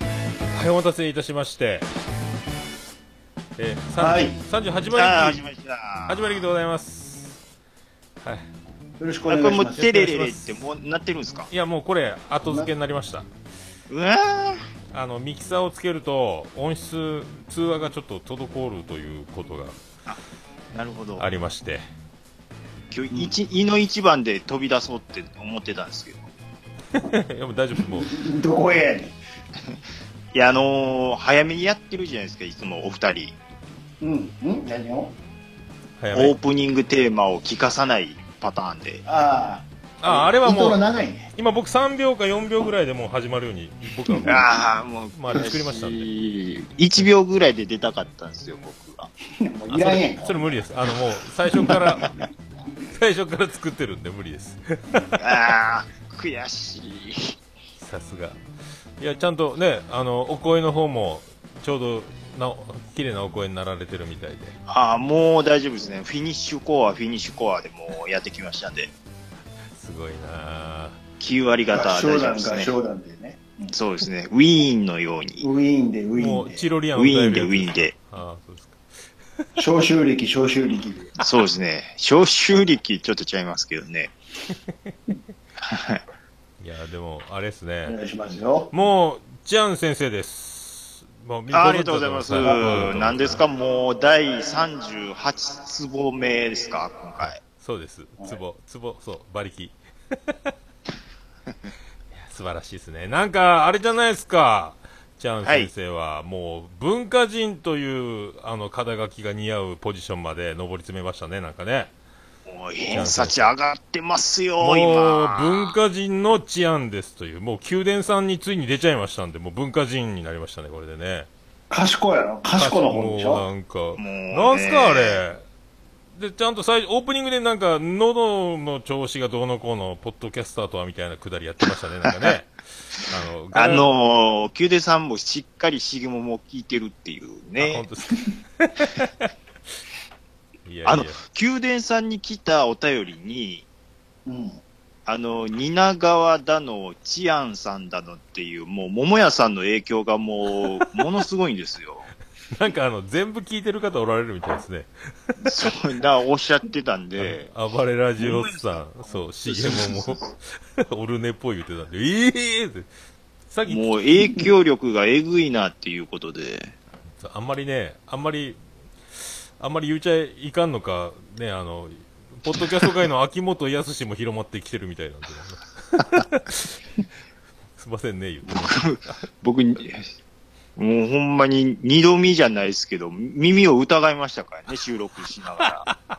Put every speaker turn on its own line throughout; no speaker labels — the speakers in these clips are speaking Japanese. はい、お待たせいたしまして、えー、
はい
30 38
あ
番
ー
駅
始、まりました。
始まりでございます。はい、
よろしくお
これ
願いし
もう
ます。
テレレレってもうなってるんですか
いや、もうこれ、後付けになりました。
うわ
あのミキサーをつけると音質通話がちょっと滞るということが
ーなるほど。
ありまして
今日一、胃の一番で飛び出そうって思ってたんですけど。
いやもう大丈夫もう
どこへやね
いや、あのー早めにやってるじゃないですか、いつもお二人。
ん。うん。ん何を
早
オー
め
プニングテーマを聞かさないパターンで。
ああ。
ああれは
糸
も
が
う
長いね。
今僕3秒か4秒ぐらいでもう始まるように僕はもう
ああ、もう、
まあ作りましたんで
1秒ぐらいで出たかったんですよ、僕は。
も
あそ
ういらんやん
れ
か。
それ無理ですあのもう最初から最初から作ってるんで無理です
ああ、悔しい。
さすがいやちゃんとねあのお声の方もちょうどなお綺麗なお声になられてるみたいで
ああ、もう大丈夫ですね。フィニッシュコア、フィニッシュコアでもうやってきましたんで、
すごいなあ
9割方は
合唱
大丈夫
団
で
か
す
合
ね。
唱団でね。
そうですね。ウィーンのように。
ウィーンでウィ
も
ーン
う
で。
チロリアン
ウィーンで、ウ
歌えるや
ィ
つ
ーンで。
ああそうですか
召集力、召集力で。
そうですね。消臭力ちょっとちゃいますけどね。
いやでもあれですね、
お願いしますよ。
もう、ジャン先生です。も
あありがとうございます。
な
何
ん
ですかもう第38壺目ですか今回。
そうです。ツボ、ツボ、そう、馬力。い や素晴らしいですね。なんか、あれじゃないですか。ジャン先生は、もう、文化人という、あの、肩書きが似合うポジションまで上り詰めましたね、なんかね。
もう偏差値上がってます
も
よ、
う、
今。
文化人の治安ですという、もう、宮殿さんについに出ちゃいましたんで、もう文化人になりましたね、これでね。
賢いやろ。賢の方でし
もう
ょ。
なんか、
ね
なんすかあれ。で、ちゃんと最初、オープニングでなんか、喉の調子がどうのこうの、ポッドキャスターとはみたいなくだりやってましたね、なんか ね。あの、
あのー、宮殿さんもしっかりシゲモモを聞いてるっていう
ガラあ本
ね
当。ですか。いやいや、
あの、宮殿さんに来たお便りに、
うん。
あの、蜷川だの、治安さんだのっていう、もう、桃屋さんの影響がもう、ものすごいんで すよ。
なんかあの、全部聞いてる方おられるみたいですね。
そう、だからおっしゃってたんで、
あの暴れラジオさん、そう、シゲモも、オル ネっぽい言ってたんで、ええーって。さっき
もう影響力がえぐいなっていうことで、
あんまりね、あんまり、あんまり言うちゃいかんのか、ね、あの、ポッドキャスト界の秋元康も広まってきてるみたいなんで、ね、 すいませんね、言って。
僕に、もうほんまに二度見じゃないですけど、耳を疑いましたからね、収録し ながら。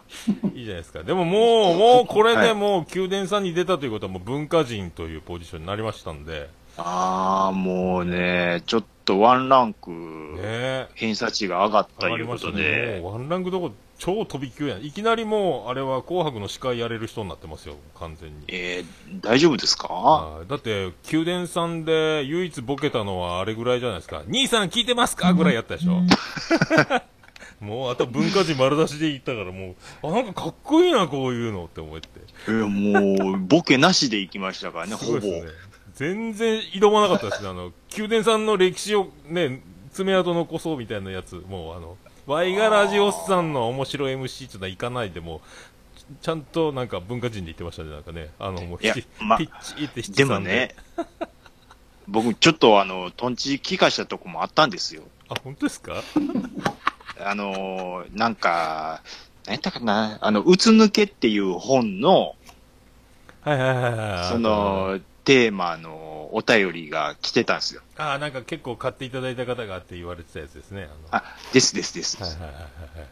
いいじゃないですか。でももう、もうこれ
は
で
い
もう宮殿さんに出たということはもう文化人というポジションになりましたんで、
ああ、もうね、ちょっとワンランク、
ね
偏差値が上がっ
上
た
が
い
り
う
ま
こ
した
と
ね。
で、
もうワンランクどこ、超飛び級やん。いきなりもう、あれは紅白の司会やれる人になってますよ、完全に。
えー、大丈夫ですか
あだって、宮殿さんで唯一ボケたのはあれぐらいじゃないですか。兄さん聞いてますかぐらいやったでしょ。 もう、あと文化人丸出しで行ったからもう、あ、なんかかっこいいな、こういうのって思って。
いや、もう、ボケなしで行きましたからね、
すご
ほ
い
ぼ。
ですね。全然挑まなかったですね。あの、宮殿さんの歴史をね、爪痕残そうみたいなやつ、もうあの、ワイガラジオスさんの面白い MC っていうのは行かないでもうちちゃんとなんか文化人で言ってましたね、なんかね。あの、もう
いや
ひ
ま
ピッチリって七三
でもね、 僕、ちょっとあの、トンチ聞かしたとこもあったんですよ。
あ、本当ですか
あのー、なんか、何やったかな、あの、うつ抜けっていう本の、
はいはいはいはい。
その、テーマのお便りが来てたんですよ。
あの、あーなんか結構買っていただいた方があって言われてたやつですね。あ
あ、ですですです。
のはいはいはいはいはい。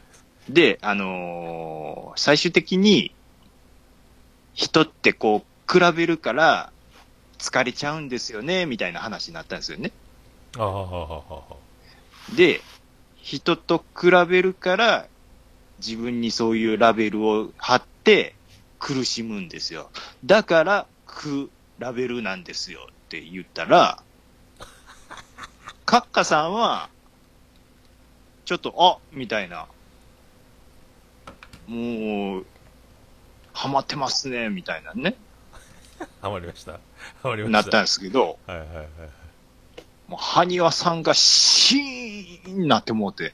で、あのー最終的に、人ってこう、比べるから、疲れちゃうんですよね、みたいな話になったんですよね。
あーはーはーはーは
で、人と比べるから、自分にそういうラベルを貼って苦しむんですよ。だから、く、ラベルなんですよって言ったら、カッカさんは、ちょっと、あみたいな。もう、ハマってますね、みたいなね、
ーはまりました。はまりま
なっ
したた。
んですけど、
はいはいはい。
もう、埴輪さんがシーンなって思うて。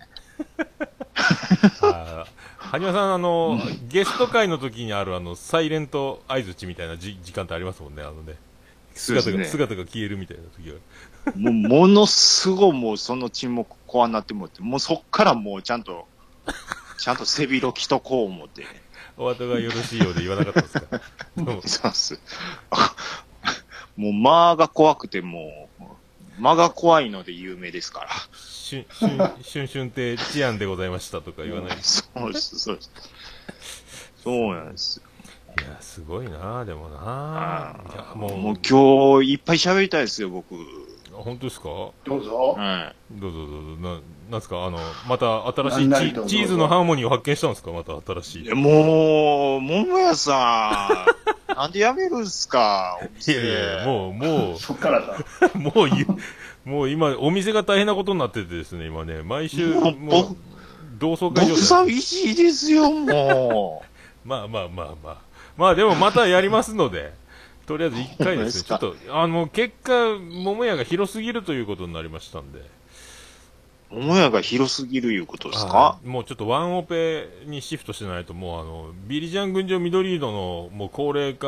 あー埴輪さん、あの、ゲスト会の時にある、あの、サイレント相づちみたいなじ時間ってありますもんね、あのね。
そうで
姿
す
が、
ね
姿が消えるみたいな時が。
もう、ものすごいもう、その沈黙怖なって思って、もうそっからもう、ちゃん と、ちゃんと背広着とこう思って。
お後がよろしいようで言わなかったです か。でも
そうっす。 もう、間が怖くて、もう、間が怖いので有名ですから。
しゅん、しゅん、しゅんしゅんって治安でございましたとか言わない。い
そうです、そうです。そうなんです。
や、すごいなでもな
あ
いや、もう、
もう今日いっぱい喋りたいですよ、僕。は
本当ですかど
どうぞ。
い。
うぞどうぞ、な、なんすかあの、また新
な
し
んないり
チ
と
チーズのハーモニーを発見したんですかまた新しい。
いやもう、桃屋さん、なんでやめるんすか、お
い
店
やいやいや、もう、も
そっからだ。
う、 もう言う、もう今、お店が大変なことになっててですね、今ね、毎週、
もう
もう
僕、
同窓会状
僕
態。
寂しいですよ、も
まあまあまあまあ。まあでも、またやりますので、とりあえず一回ですね、ちょ
本
っ
当
と、あの、結果、桃屋が広すぎるということになりましたんで。
う。桃屋が広すぎるいうことです
は
か
いもうちょっとワンオペにシフトしてないと、もうあの、ビリジャン群青緑色のもう高齢化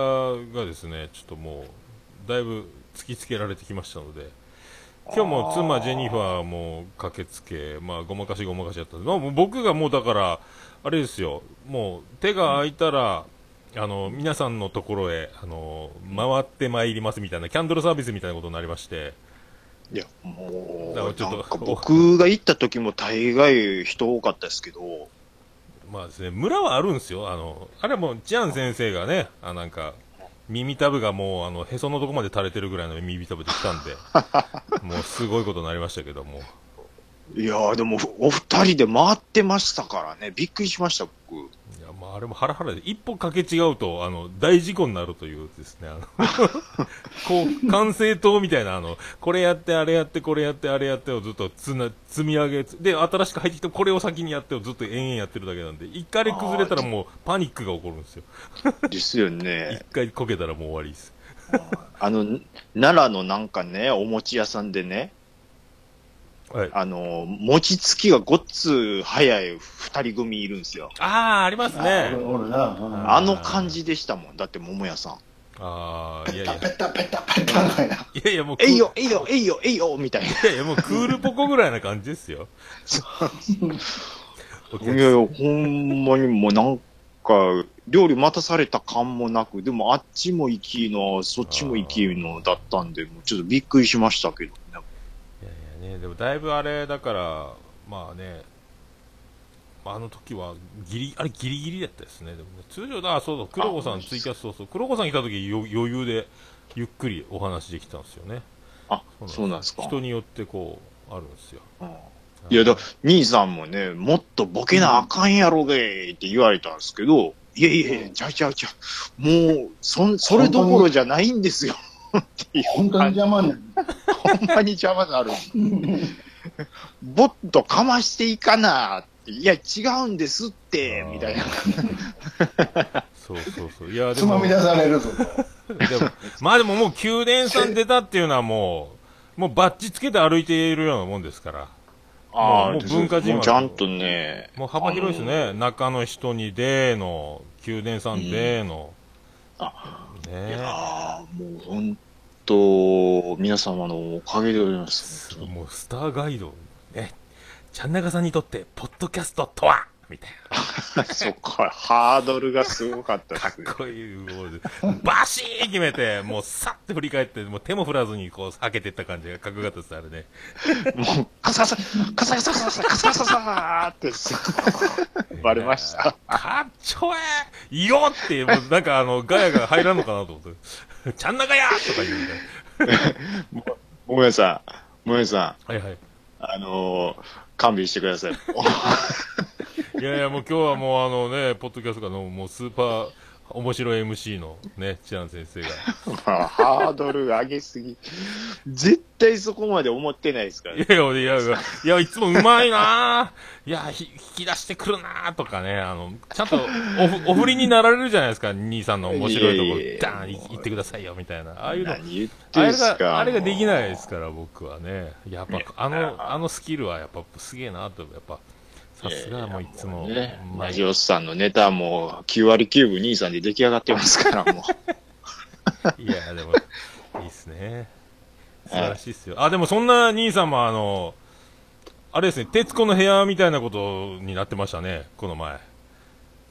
がですね、ちょっともう、だいぶ突きつけられてきましたので、今日も妻ジェニファーも駆けつけ、まあ、ごまかしごまかしやったんですまあもう僕がもうだから、あれですよ、もう手が空いたら、あの、皆さんのところへ、あの、回ってまいりますみたいな、キャンドルサービスみたいなことになりまして、
いや、も
だから
う、
ちょっ
な
と
んか僕が行った時も大概人多かったですけど、
まあですね、村はあるんですよ。あの、あれはもう、ジャン先生がね、あなんか、耳たぶがもう、あの、へそのとこまで垂れてるぐらいの耳たぶできたんで、もうすごいことになりましたけども。
いやーでも、お二人で回ってましたからね、びっくりしました、僕。
いや、まああれもハラハラで、一歩かけ違うと、あの、大事故になるというですね、あの、こう、管制塔みたいな、あの、これやって、あれやって、これやって、あれやってをずっとつな、積み上げ、で、新しく入ってきたこれを先にやってをずっと延々やってるだけなんで、一回で崩れたらもうパニックが起こるんですよ。
ですよ
一
ね。
回こけたらもう終わりです。
あの、奈良のなんかね、お餅屋さんでね、
はい。
あの、餅つきがごっつ早い二人組いるんですよ。
ああ、ありますね。
あおるな。
あの感じでしたもん。だって桃屋さん。
ああ、いや
ペ
い
タ
や。
ペタペタペタみたいな。
いやいや、もうクー、
えいよ、えいよ、えいよ、えいよ、みたいな。
いやいや、もうクールポコぐらいな感じですよ。お
い
客
やいや、ほんまにもうなんか、料理待たされた感もなく、でもあっちも行きの、そっちも行きのだったんで、もうちょっとびっくりしましたけどね。
いやいやね、でもだいぶあれ、だから、まあね、まああの時は、ギリ、あれギリギリだったですね。でもね通常だ、あそうそう、黒子さん
あ
ツイキャス、そうそう、黒子さん来た時よ余裕で、ゆっくりお話できたんですよね。
あ、そうなんですか。
人によってこう、あるんですよ。
うんいやだ、兄さんもね、もっとボケなあかんやろげって言われたんですけど、いやいやいや、ちゃうちゃうちゃう、もう、そん、それどころじゃないんですよ。 っていう
本当に邪魔になる。
ほんまに邪魔なる。ぼっとかましていかなって、いや、違うんですって、みたいな。
そうそうそう。いや、で
つ
も
まみ出されるぞ。
で も、まあでももう宮殿さん出たっていうのはもう、もうバッチつけて歩いているようなもんですから。
ああ、
もう文化人は
もうちゃんとね、
もう幅広いですね。中の人にでの、宮殿さんでの。
あの。い
ね
やあもう本当、皆様のおかげでございます。
え。もうスターガイド、ね。ちゃんなかさんにとって、ポッドキャストとはみたいな。
そっか、ハードルがすごかったで
か
すね
っこいいゴールで。バシーン決めて、もうさって振り返って、もう手も振らずにこう、避けてった感じがかっこよかったです、あれね。
もう、カサカサ、カサカサカサカサカサカサってす、バレました。
かっちょええいいよって、もうなんかあの、ガヤが入らんのかなと思って。ちゃんなかやとか言うみたいな。
もめさん、もめさん、
はいはい。
あのー、勘弁してください。
いやいや、もう今日はもうあのね、ポッドキャストがのもうスーパー面白い MC のね、チアン先生が。
まあハードル上げすぎ。絶対そこまで思ってないですから
い
ね。
やいや、いやいや、いや、いつもうまいなぁ。いや、ひ引き出してくるなぁとかね、あの、ちゃんとお、お振りになられるじゃないですか、兄さんの面白いとこ
いやいやいや
ダーンい行ってくださいよ、みたいな。ああいうの、あ
何言って
れ
んすか
が、あれができないで
も
すから、僕はね。やっぱ、あの、あのスキルはやっぱすげえなと、やっぱ、さすがもういつも
うね、。
うま
ラ
い
ジオスさんのネタはもう9割9分兄さんで出来上がってますから、もう。
いや、でも、いいっすね。素晴らしいっすよ。あ、でもそんな兄さんも、あの、あれですね、徹子の部屋みたいなことになってましたね、この前。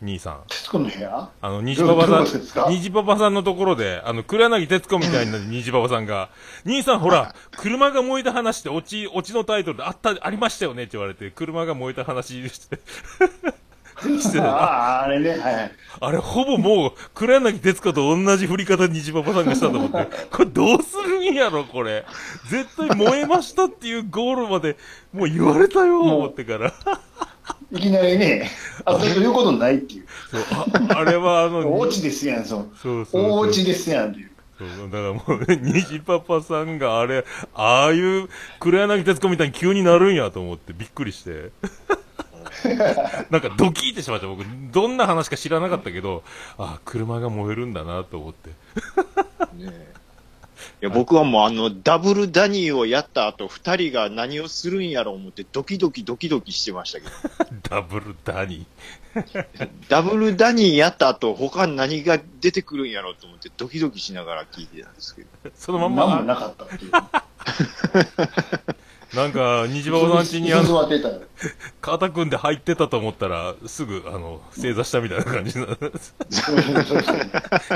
兄さん。
徹子の部屋
あの、虹パパ
どういうことです
さ
か
ん、虹パパさんのところで、あの、黒柳徹子みたいな虹パパさんが、兄さんほら、車が燃えた話って、オチ、オチのタイトルであった、ありましたよねって言われて、車が燃えた話して、して
あ
た
あ、あれね、はい。
あれ、ほぼもう、黒柳徹子と同じ振り方虹パパさんがしたと思って、これどうするんやろ、これ。絶対燃えましたっていうゴールまで、もう言われたよ、思ってから。
いきなりね、あ、そういうことないっていう。
そう、あ、あれはあの、
お家ですやん、そう。
そうそうそう
お家ですやんっていう。
そうだからもう、虹パパさんがあれ、ああいう黒柳徹子みたいに急になるんやと思ってびっくり して。なんかドキーってしました、僕。どんな話か知らなかったけど、あ車が燃えるんだなと思って。
いや僕はもうあのダブルダニーをやった後二人が何をするんやろう思ってドキドキドキドキしてましたけど
ダブルダニ
ダブルダニーやった後他に何が出てくるんやろうと思ってドキドキしながら聞いてたんです けど
ー。そのま
何
ん
も
ま、
なかったっていう。
なんか、虹パパさん家にあの、
座ってたよ。
肩組んで入ってたと思ったら、すぐ、あの、正座したみたいな感 じな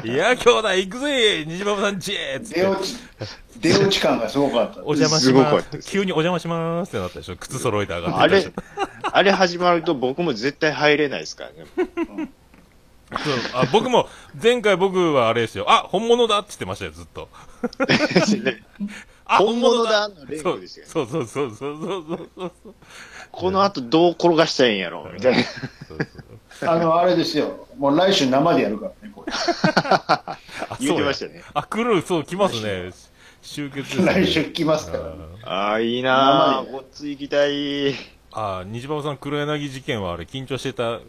いや、兄弟行くぜ虹パパさんちへつって
出。落ち、出落ち感がすごかった。
お邪魔し
すごか
ま
った
す。
です
急にお邪魔しますってなったでしょ。靴揃えて上がって
あ
ったでし
れ
ょ。
あれ始まると僕も絶対入れないですからね
そうあ僕も、前回僕はあれですよ。あ、本物だって言ってましたよ、ずっ と。あ、
本物だの連
そ
呼
う
ですよね
そうそうそうそうそうそうそう。
この後どう転がしたらいいんやろうみたい な
あの、あれですよ。もう来週生でやるからね、これ。
あ
言ってましたね
そうやあ、来る、そう、来ますね。集結ですね
来週来ますから。
ああいいな
生
あ
で
ごっつい行きたい
ああ、虹馬さん、黒柳事件はあれ、緊張してた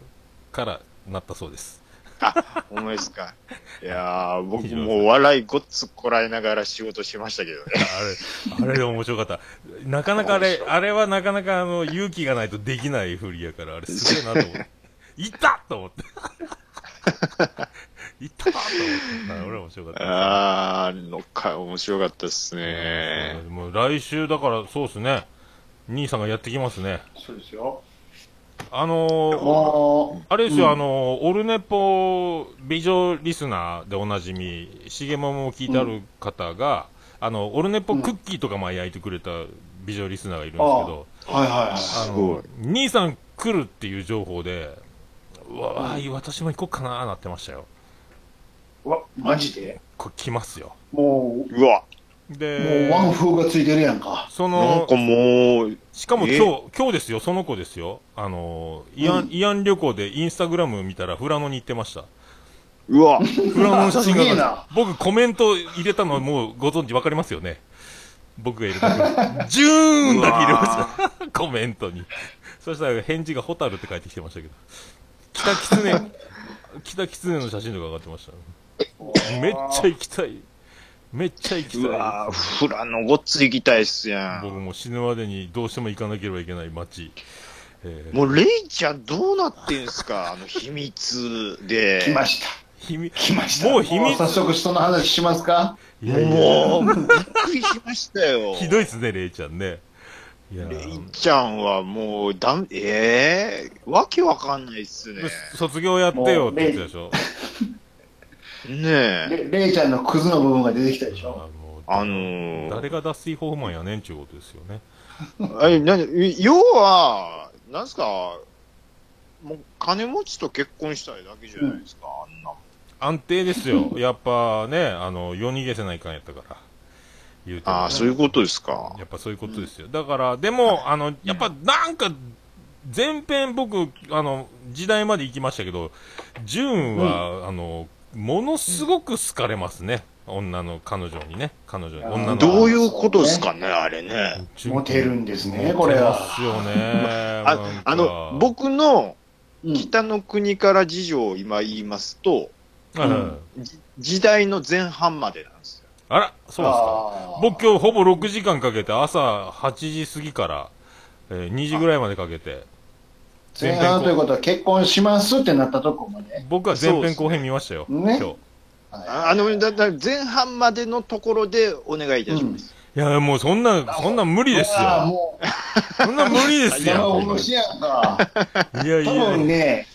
からなったそうです。
ほんまですかいやー僕もう笑いごっつこらえながら仕事しましたけどね
あれ、あれで面白かった。なかなかあれ、あれはなかなかあの、勇気がないとできない振りやから、あれすげえなと思って。いったと思 って。いったと思って。あれ面白かった
ああのか、面白かったです
です
ね。
うんもう来週だから、そうですね。兄さんがやってきますね。
そうですよ。
あのー、
も
あれですよ、
うん
あのー、オルネポ美女リスナーでおなじみ、しげももを聞いてある方が、あの、オルネポクッキーとかまあ焼いてくれた美女リスナーがいるんですけど、
う、はいはいはい。
あの
すごい
兄さん来るっていう情報で、うわー私も行こうかなーなってましたよ。
うわ、マジで
これ来ますよ。
も
うわ、
う、も
で
う、ワン風がついてるやんか。
そ
なん
の
か、もう、
しかも
え
今日、今日ですよ、その子ですよ。あのー、イアン、
うん
イアン旅行でインスタグラム見たら、フラノに行ってました。
うわ、
フラノの写真
すげえ
が
な、
僕コメント入れたのもうご存知わかりますよね。僕が入れた。ジューンだけ入れました。コメントに。そしたら返事がホタルって返ってきてましたけど。北キツネ、北キツネの写真とか上がってました。めっちゃ行きたい。めっちゃ行き
う
た
わ、フラのごっつ行きたいっす
い。
や
僕
ん。
もう死ぬまでにどうしても行かなければいけない街。えー
もう、レイちゃんどうなってんすかあの秘密
来
で。
ました。
秘密
来ました。
もう秘密
早速その話しますか
いやいや、
もう、びっくりしましたよ。
ひどいっすね、レイちゃんね。いやー
レイちゃんはもう、だん、ええわけわかんないっすね。
卒業やってよって言ってたでしょ。
ねえ。
れレイちゃんのクズの部分が出てきたでし
あ
ょ
の
あのー
誰が脱水ホーマンやねんちゅうことですよね。
あれ、なに、要は、なんすか、もう金持ちと結婚したいだけじゃないですか、あんなもん
安定ですよ。 やっぱね、あの、夜逃げせないかんやったから。言うても
ああ、そういうことですか。
やっぱそういうことですよ。だから、でも、あの、やっぱなんか、前編僕、あの、時代まで行きましたけど、ジューンは、あの、ものすごく好かれますね。女の彼女にね。彼女に。
うん
女の
どういうことですかね、あれね。
モテるんです
モテ
ね、これ
ま
は。
すよね。
ああの、
僕
僕の
うん
北の国から事情を今言いますと、じ時代の前半までなんですよ。
あら、そうですか。
あー
僕今日ほぼ6時間かけて、朝8時過ぎから、えー2時ぐらいまでかけて、
前半ということは結婚しますってなったとこまで。
僕は前編後編見ましたよ。
そうですね
今日。
は
ああの、だだ前半までのところでお願いいたします。
いや、もうそんな、そんな無理
い
です
うわ
よ。
ーもう、
そんな無理です
山
よ。
おろしやんか。
いやい
多
や
分ね、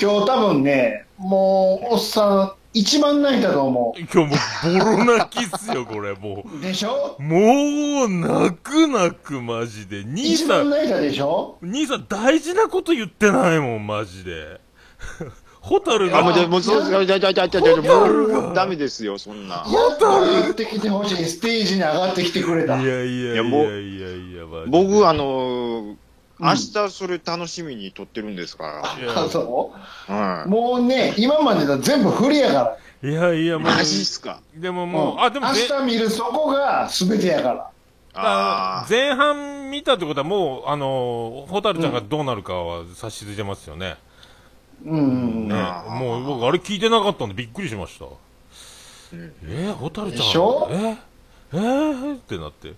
今日多分ね、もう、おっさん、一番泣いたと思
今日もうボロ泣きっすよ、これ、も
う。でしょ
う。もう、泣く泣く、マジで。兄
一
さ
番
ん、
泣いたでしょ
兄さん大事なこと言ってないもん、マジで。 ホタル
あ、もう、
が、
でもう、そう、だだだだだだもう、ダメですよ、そんな。
やっと言ってきてほしい。ステージに上がってきてくれ
い
た。
やいやいやい
いやもう
やいやいや、マジで
僕、あのー明日それ楽しみに撮ってるんですか
い
あそ
ら。
う
うん。
もうね、今までの全部不利やか
や、
ら。
いやいや、も
マジっ
う、
すか
でももう、
ん
あ、でも
明
ぜ、
日見るそこが全てやから。
あ
あ
前半見たってことはもう、あの、ホタルちゃんがどうなるかは察しついてますよね。
うんうんうん。
ね
あー
もう僕、あれ聞いてなかったんでびっくりしました。
あ。うん
えー、ホタルちゃん。
でしょ
ええー、ってなって。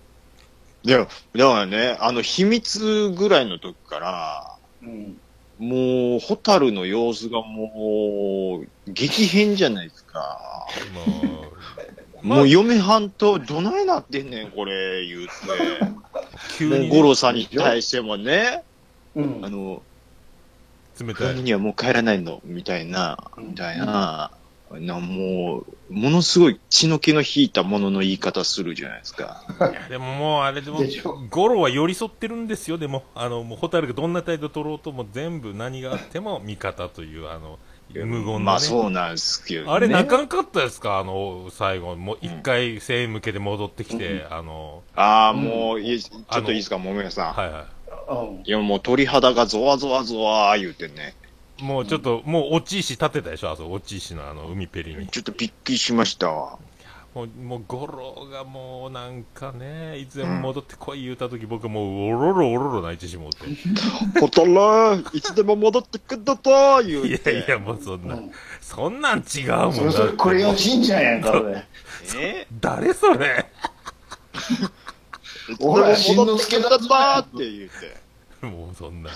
いや、だからね、あの、秘密ぐらいの時から、
うん
もう、ホタルの様子がもう、激変じゃないですか。
まあ、
もう、嫁はんと、どないなってんねん、これ、言うて。
急
もう、
に
ゴ
ね
ロさんに対してもね、
うん
あの、
冷た
俺
い。
にはもう帰らないの、みたいな、みたいな、なもう、ものすごい血の気の引いたものの言い方するじゃないですか。
でももうあれでも
でしょ、
ゴロは寄り添ってるんですよ、でも。あの、もうホタルがどんな態度取ろうとも全部何があっても味方という、あの、無言
ま
のね。
あ、そうなんですけど、ね。
あれ泣かんかったですかあの、最後。もう一回声援向けて戻ってきて、あの、
ああ、もう、いえちょ
あ
っ
の
といいですか、もめさん。
はいは
うん
いや、もう鳥肌がゾワゾワゾワ言うてね。
い。もうちょっと、もう落ち石立てたでしょあそこ、落ち石のあの、海ペリに。
ちょっとびっくりしましたわ。
もう、もう、ゴロがもう、なんかね、いつでも戻ってこい言うたとき、僕もう、おろろおろろ泣いてしもうて。
ほとらいつでも戻ってくんだと言
いう
て。
やいや、もうそんな、
うん
そんなん違うもん
それそれクレヨンしんちゃんやんか、 俺。
え
誰それ
いつでも
ほら、しん
戻
の
っ
す
てく
けだ
んだ
っ
と
た
って言うて。
もうそんな、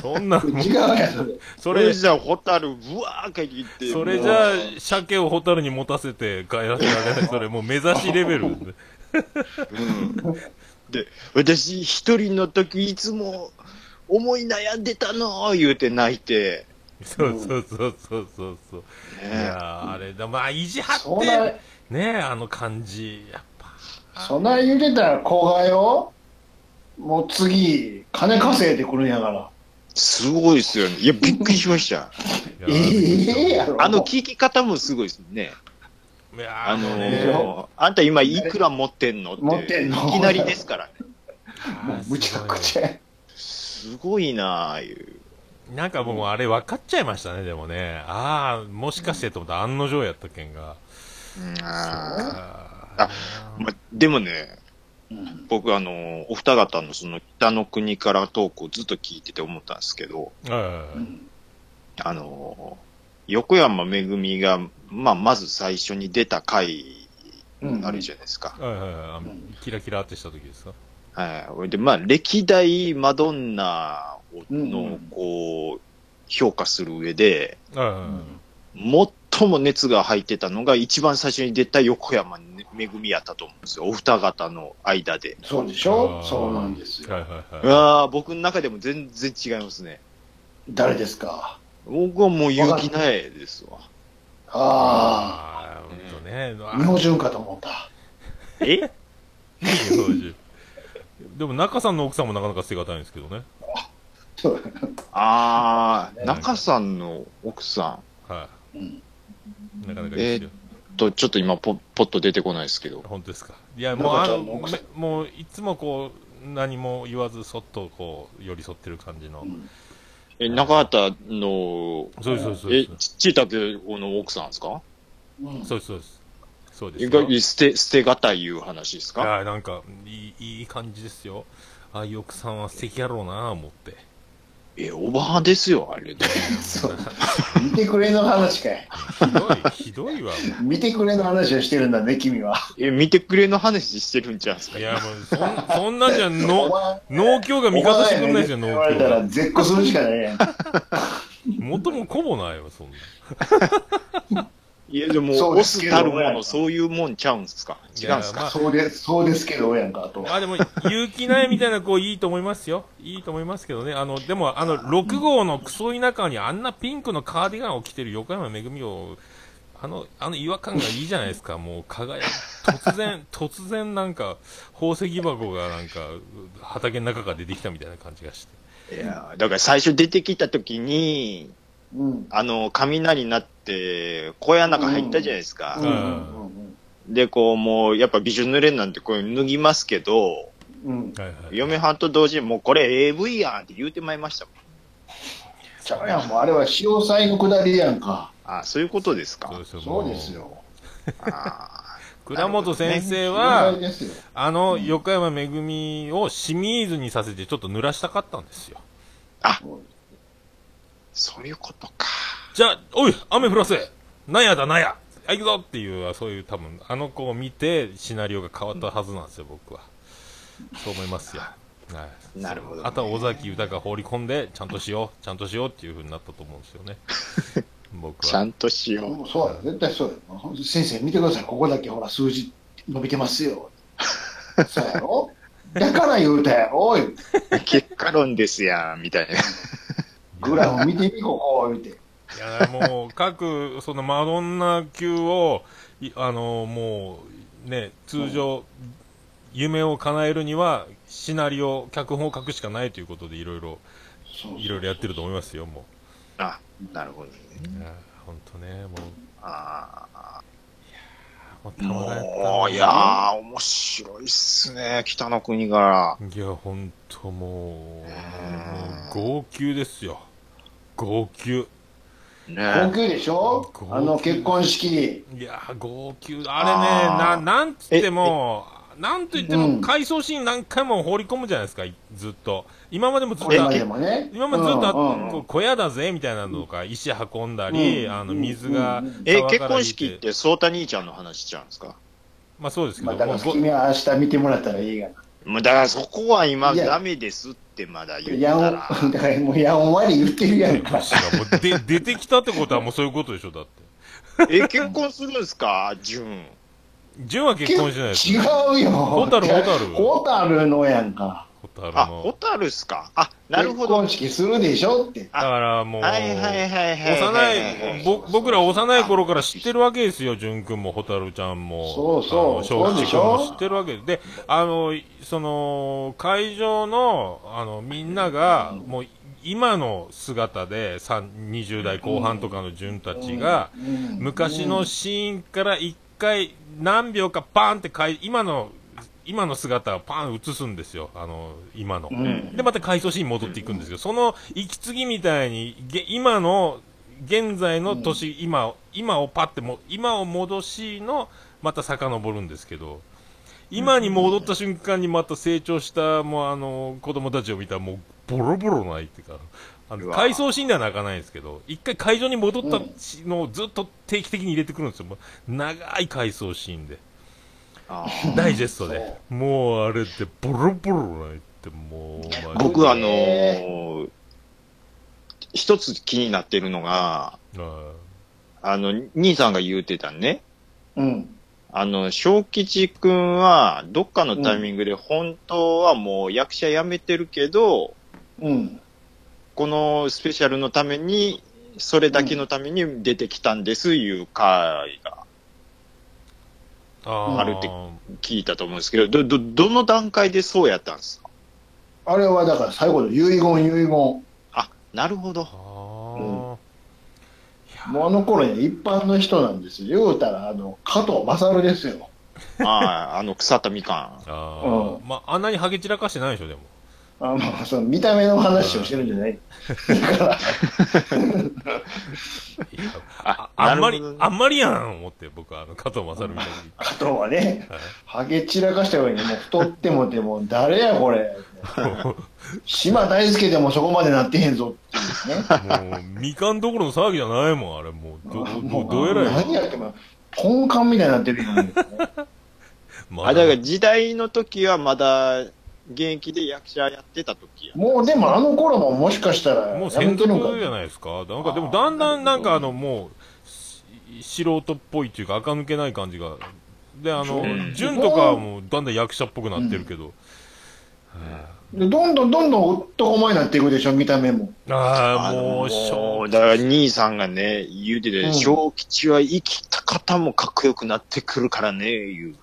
そんな、
違うやん、それ。
そ
それ
れ、
じゃあ、ホタル、ぶわーか言って。
それじゃあ、鮭をホタルに持たせて帰らせられない、それもう目指しレベル。
うんで、私、一人の時、いつも、思い悩んでたの言うて泣いて。
そうそうそうそうそうそう。
ね
いやーあれだ、まあ、意地張
そん
っ
な
て、、ねあの感じ。やっぱ、
そんな言うてたら後輩を、もう次、金稼いでくるんやから。
すごいですよね。いや、びっくりしました。
いや
ええやろ。
あの聞き方もすごいですね。
いやー
あの
ね
ー
あんた今いくら持ってんのって
持ってんの
いきなりですからね。
もうむちゃくちゃ。
すごいなあいう。
なんかもうあれ分かっちゃいましたね、でもね。ああ、もしかしてと思ったら案の定やったけんが。
あ
あ
あーま、でもね、
うん
僕あの、お二方のその北の国からトークをずっと聞いてて思ったんですけど、
あ。は
あの、横山めぐみが、まあ、まず最初に出た回、
うん
あるじゃないですか。
いはいはいはいあの
うん。
キラキラってした時ですか
はい。ほいで、まあ、歴代マドンナを
うんう
の
ん、
こう、評価する上で、
はいはいは
最も熱が入ってたのが、一番最初に出た横山めぐみやったと思うんですよ。お二方の間で。
そうでし
あー
ょそうなんですよ。
い。はいはいはい。
ああ、僕の中でも全然違いますね。
誰ですか
僕はもう勇気ないですわ。
あ
ああ、ほんとね。
あ、日本人かと思った。
え
日でも中さんの奥さんもなかなか捨てがたいんですけどね。
そう
ああ、中さんの奥さ
は
うん
い。なかなかいいですよ。
んと、ちょっと今ポ、ポッと出てこないですけど。
本当ですか。いや、もうあの、
中
め
ちゃんの
もういつもこう、何も言わずそっとこう、寄り添ってる感じの。
え、中畑の、
そうですそうですそう
え
で、す。
ちっちーたけの奥さんですか
うん
そうです、そうです。そうですよ。
意外に捨て、捨てがたいいう話です
い
か
やなんか、いい、いい感じですよ。ああいう奥さんは素敵やろうなぁ思って。
え、おばはですよ、あ れで。
そう見てくれの話かい。
ひどい、ひどいわ。
見てくれの話をしてるんだね、君は。
え、見てくれの話してるんちゃうんですか
いや、もう、そん、そんなんじゃ、
お
の、
前
農協が味方してくれないですよ、
お
農
前が言われた
協
ら絶句するしかないやん。
元も子もないわ、そんな。
いや、でも、
そう
オ
です
ス
けど
たるもの、そういうもんちゃうんすか違うんす
いやまあ
か
そうです、そうですけど、やんか、あと。
あ、でも、勇気ないみたいな子いいと思いますよ。いいと思いますけどね。あの、でも、あの、6号のクソ田舎にあんなピンクのカーディガンを着てる横山めぐみを、あの、あの違和感がいいじゃないですか。もう、輝く。突然、 突然なんか、宝石箱がなんか、畑の中から出てきたみたいな感じがして。
いや、だから最初出てきた時に、
うん。
あの、雷になって、小屋の中入ったじゃないですか。
うんうん
で、こう、もう、やっぱ美女濡れなんて、これ脱ぎますけど、
うんうん。
はいはい。
嫁はんと同時に、もうこれ AV やんって言うてまいりましたもん。
ちゃうやん、もうあれは潮騒の下りやんか。
あそういうことですか。
すよ
そうです。よ。
あ
倉本先生
潮
は、
騒ですよ。
あの、横山めぐみを清水にさせてちょっと濡らしたかったんですよ。
そういうことか。
じゃあ、おい、雨降らせなんやだ、なんやあ、行くぞっていう、そういう多分、あの子を見て、シナリオが変わったはずなんですよ、僕は。そう思いますよ。はい。
なるほどね
あとは尾崎豊が放り込んで、ちゃんとしよう、ちゃんとしようっていう風になったと思うんですよね。 僕
ちゃ
は。
んとしよう。
うんそうだ、絶対そうだよ。先生、見てください、ここだけほら、数字伸びてますよ。 そうやろだから言うたやろ、言うて
結果論ですやん、みたいな。
グラフ見てみ、ここ、言うて。
いや、もう、各、そのマドンナ級を、いあの、もう、ね、通常、夢を叶えるには、シナリオ、脚本を書くしかないということで、いろいろ、
そう
いろいろやってると思いますよ、もう。
あ、なるほどね。
いや本当ね、も
あ
う、もう
ー
たまらん
もう、いやー、面白いっすね、北の国から。
いや、本当もう、も
ー
う号泣ですよ。号泣。
高
ね
級でしょ
高級
あの結婚式。
いやー、号泣。あれ
あー
ね、な、なんつっても、なんと言って
う
も、
ん
回想シーン何回も放り込むじゃないですか、いずっと。今までもずっ
これ
と
ま、でもね。
今までずっとあ、
うんうん
こう小屋だぜ、みたいなのとか、石運んだり、
うん
あの、水が
うんうん、
え、
川から
結婚式っ
出て、
て、ソータ兄ちゃんの話ちゃうんですか
まあそうですけ
まあ、
ど、
だか
も
ら
うご
君は明日見てもらったらいいが
もうだからそこは今
いや
ダメですってまだ言っ
やん
た
お、
ら。
だからもうやんわり言ってるやんか。
石がもうで出てきたってことはもうそういうことでしょ、だって。
え、結婚するんですか純。
純は結婚してないです
違
よ。
うよ。
ホタルホタル
ホタルのやんか。
ホタル
あ、
の。
ホタルっすかあ、なるほ
結
ど。
婚式するでしょって。
だからもう、
はいはいはいは
幼
い。
い、ぼ僕ら幼い頃から知ってるわけですよ、淳君も蛍ちゃんも。
そうそう
あの小
そう
吉
でし
君も
ょ
知ってるわけで。で、あの、いその、会場の、あの、みんなが、もう、今の姿で、三20代後半とかの淳たちが、
うん
昔のシーンから一回、何秒かバーンって変え、今の、今の姿をパン映すんですよ、あの、今の。
うん
で、また回想シーンに戻っていくんですけど、その息継ぎみたいに、げ今の、現在の年、今を、今をパっても、今を戻しの、また遡るんですけど、今に戻った瞬間にまた成長した、もうあの、子供たちを見たら、もう、ボロボロ泣いていうか、あ
う
の、
わ
回想シーンでは泣かないんですけど、一回会場に戻ったしのをずっと定期的に入れてくるんですよ。もう長い回想シー ンで。
あ
ダイジェストで。もうあれでボロボロ泣いて、もう、マジで
僕あの
え
ー一つ気になってるのが、
あ
あの、兄さんが言うてたね。
うん。
あの、小吉くんは、どっかのタイミングで、本当はもう役者辞めてるけど、
うん。
このスペシャルのために、それだけのために出てきたんですいう回が
あー
あるって聞いたと思うんですけど、ど、ど、どの段階でそうやったんですか
あれはだから最後の遺言遺言。も
あ、なるほど
あ。ー
うあの頃に一般の人なんですよ。言うたら、あの、加藤勝ですよ。
ああ、あの、腐ったみかん。
あーまあ、あんなにハゲ散らかしてないでしょ、でも。
あのその見た目の話をしてるんじゃない。だか
いや
ら、
あ
あんまり
なるほ、ど
あんまりやん思って、僕は、あの、加藤勝みたいに。
加藤はね、
はい
ハゲ散らかしたように、もう太ってもても、誰やこれ。
も
島大輔でもそこまでなってへ んぞっていうね。
う、もうみかんどころの騒ぎじゃないもん、あれ。もう、ど、もう、どうやらい、
何やっても、ポンカンみたいになってるよね。
ま
あ、だから時代の時はまだ現役で役者やってた時や。
もうでもあの頃ももしかしたら、
もう専属じゃ
い
ないですか。なんか、でも、だんだん、なんか、あの、もう、し素人っぽいっていうか、垢抜けない感じが。で、あの
う、ん
純とかはもう、だんだん役者っぽくなってるけど。
でどんどんどんどん男前になっていくでしょ、見た目も。
ああ、
あの
もう、しょ
だから兄さんがね、言うて
うん
て、小吉は生きた方もかっこよくなってくるからね、言う
う、い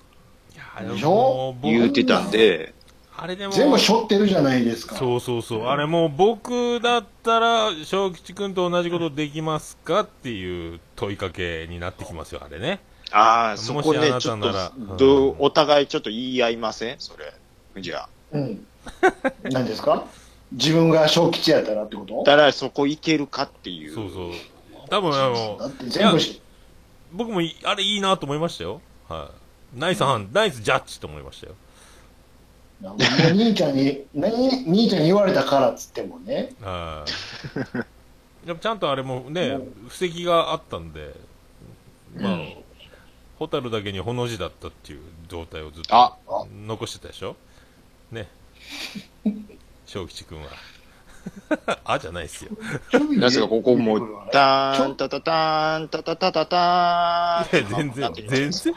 や
でしょ
もう、
言う
僕、
てたんで、
あれでも、
全部背負ってるじゃないですか。
そうそうそう、あれもう僕だったら、正吉君と同じことできますかっていう問いかけになってきますよ、あれね。
ああ、そこ
もしあ
ね、
な
ち
た
ょっ
ならうん
と、どうお互いちょっと言い合いませんそれ。じゃあ。
うん。何ですか自分が小吉やったらってこと
だからそこいけるかっていう。
そうそう。多分あの
だ、って全部し、
僕もいあれいいなと思いましたよ。はい。ナイスハン、ナイスジャッジと思いましたよ。
もう兄ちゃんに、何兄ちゃんに言われたからっつって もね。
はい。でもちゃんとあれもね
う、
布石があったんで、まあ
うん、
ホタルだけにほの字だったっていう状態をずっと
あ
残してたでしょね。正吉君は。 あじゃないっすよ。
なんすか、ここもう、た
ち
ー
ょ
ん、たたたーん、たたたたた
い
ー
や、
ん。
全然
なって、きました
全然。い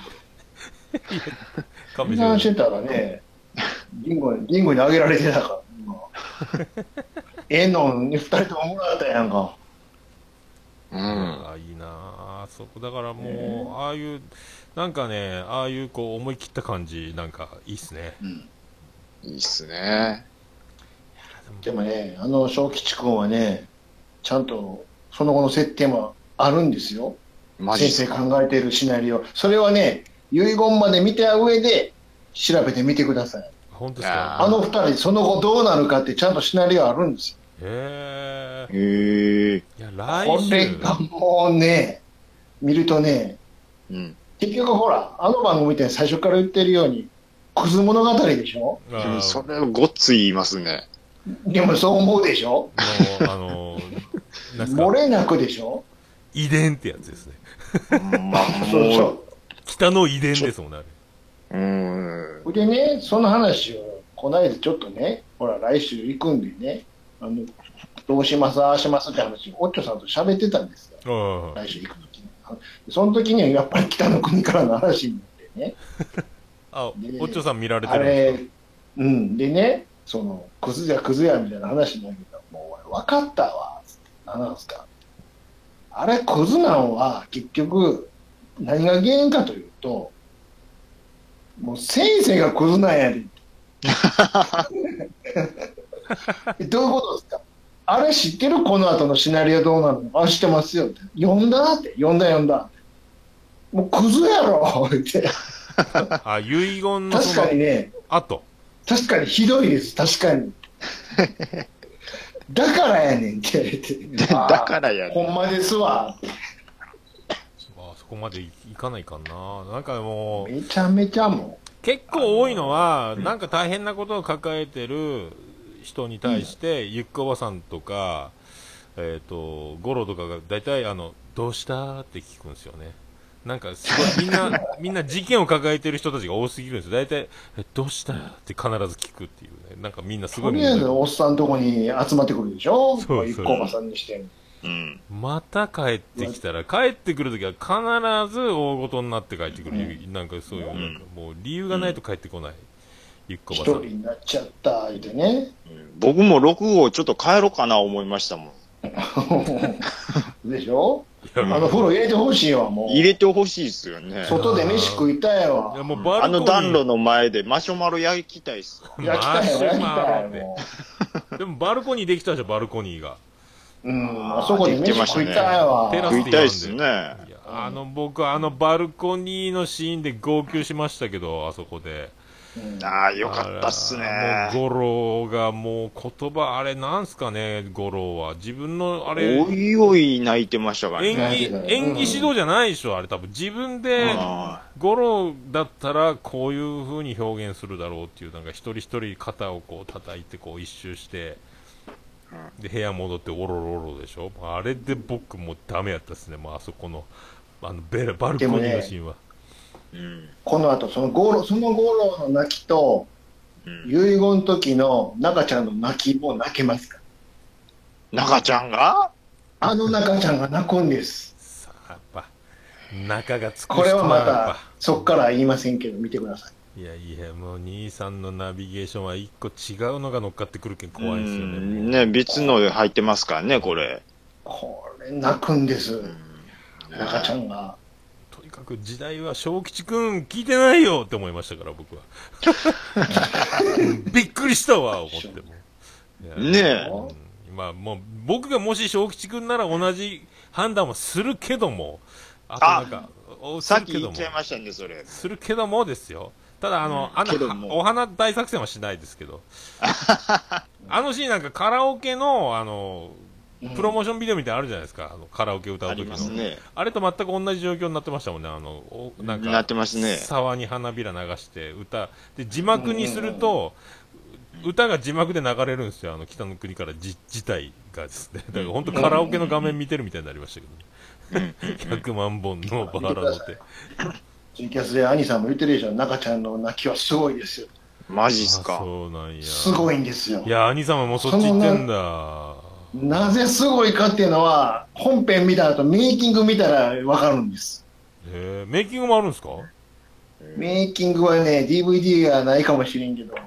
や勘
油
弁してくださ
断し
い
てたらね、リンゴリンゴにあげられてたから今、ええのん、二人とももらったやんか。
うん。
あいいなあそこだからもう、
ね
ああいうなんかねああいうこう思い切った感じなんかいいっすね
いいっすね。
でもね、あの小吉君はね、ちゃんとその後の設定もあるんですよ。
マジ
先
っす
生
か
考えているシナリオ。それはね、遺言まで見た上で調べてみてください。
本当です
あ
か
あの二人、その後どうなるかってちゃんとシナリオあるんですよ。
へえ
へえ。
いや
こ
来
れ
週
がもうね、見るとね、
うん。
結局ほら、あの番組って最初から言ってるように、クズ物語でしょ
あ
うん
ー
それをごっつい言いますね。
でもそう思うでしょ
もうあのーなんす
漏
か
れなくでしょ
遺伝ってやつですね
うんまあ、
そう
も
そ
北の遺伝ですもんねあれ
う。うん。
う。でね、その話を、こないだちょっとね、ほら、来週行くんでね、あの、どうします、ああしますって話を、オッチョさんと喋ってたんですよ。
あー
来週行くときに。あのその時にはやっぱり北の国からの話になってね。
あお
ね
っちょさん見られて
あ
るんで
れ、うん、でね、その、クズやクズやみたいな話になるけど、もう俺分かったわ、つって、何なんですか。あれ、クズなんは、結局、何が原因かというと、もう先生がクズなんやで。えどういうことですかあれ知ってるこの後のシナリオどうなるのあ、知ってますよって。読んだって。読んだ読んだって。もうクズやろって。
すかあ遺言の
確
その
かにね、
後
確かにひどいです、確か に。だからやねんって言われて。
だからや
あーほん
ね。
まですわ。
あそこまでいいかないかななんかもう
めちゃめちゃも
結構多いのは、なんか大変なことを抱えてる人に対して、ゆっこばさんとか、えっ、と、ゴロとかが大体、あの、どうしたって聞くんですよね。なんか、すごい、みん な、みんな事件を抱えてる人たちが多すぎるんですよ。大体、えどうしたって必ず聞くっていうね。なんかみんなす
う、
ご
と
い
りあえずおっさんとこに集まってくるでしょ
そうそう
一個おばさんにしても。
うん。
また帰ってきたら、帰ってくるときは必ず大ごとになって帰ってくる。なんかそういう、
うん
なんかもう理由がないと帰ってこない。ゆっこ
一
ばさ
人
ん。
になっちゃった、言うてね。
僕も6号ちょっと帰ろうかな思いましたもん。
でしょ
いや
あの風呂入れてほしいわ、も
入
う。
れてほしいっすよね。
外で飯食いたい
いや
わ。
もうバ
あ
ルコニー
の暖炉の前でマシュマロ焼きたいっすわ。
焼きたいわ、
マシ
焼きたいわ
ュマロ
も
でもバルコニーできたでしょ、バルコニーが。
う。うん、あそこで飯食いたいわ。
言ってましたねテラス
食いたいっすね。
いや、あの、僕、あのバルコニーのシーンで号泣しましたけど、あそこで。
うん
ああ、よかったっすね。
あらもう五郎がもう言葉、あれなんすかね、五郎は。自分の、あれ、
おいおい泣いてましたから
演
ね。
技、演技指導じゃないでしょ、あれ多分。自分で、
あ
五郎だったらこういう風に表現するだろうっていう、なんか一人一人肩をこう叩いてこう一周して、で、部屋戻ってオロロロでしょ。あれで僕もうダメやったっすね、もうあそこの、あのベラ、バルコニーのシーンは。
ーうん
この後そのゴロそのゴロの泣きと
うん。
遺言の時の中ちゃんの泣きも泣けますから
中ちゃんが
あの中ちゃんが泣くんです
さあ、やっぱ、中がつく
これはま
人はやったぱ
そっからは言いませんけど見てください
いやいや、もう兄さんのナビゲーションは一個違うのが乗っかってくるけん怖いですよね。
うんね、別の入ってますからね、これ。
これ泣くんです中ちゃ
ん。
んが
とにかく時代は小吉くん聞いてないよって思いましたから、 僕は。びっくりしたわ、思っても。いや
ねえ
うん今、もう、僕がもし小吉くんなら同じ判断をするけども、あとなんか、お
さっき言っ
す
ち
るけ
ゃい
ども
ましたんで、それ。
するけどもですよ。ただ、あの、
うん
あの
けども
お花大作戦はしないですけ ど。あのシーンなんかカラオケの、あの、プロモーションビデオみたいなのあるじゃないですか。あのカラオケ歌う
あ
時
り
の。
ますね。
あれと全く同じ状況になってましたもんね、あの、おなんか、
なってますね
沢に花びら流して、歌、で、字幕にすると、歌が字幕で流れるんですよ、あの、北の国からじ自体がですね。だから本当カラオケの画面見てるみたいになりましたけど、ね、100万本のバラの手。
ツイキャスで兄さんも言ってるでしょ中ちゃんの泣きはすごいですよ
マジっす
あ
か。
そうなんや。
すごいんですよ
いや、兄様もうそっち行ってんだ。
なぜすごいかっていうのは本編見た後メイキング見たらわかるんです
えー、メイキングもあるんですか
メイキングはね DVD がないかもしれんけど
ああ、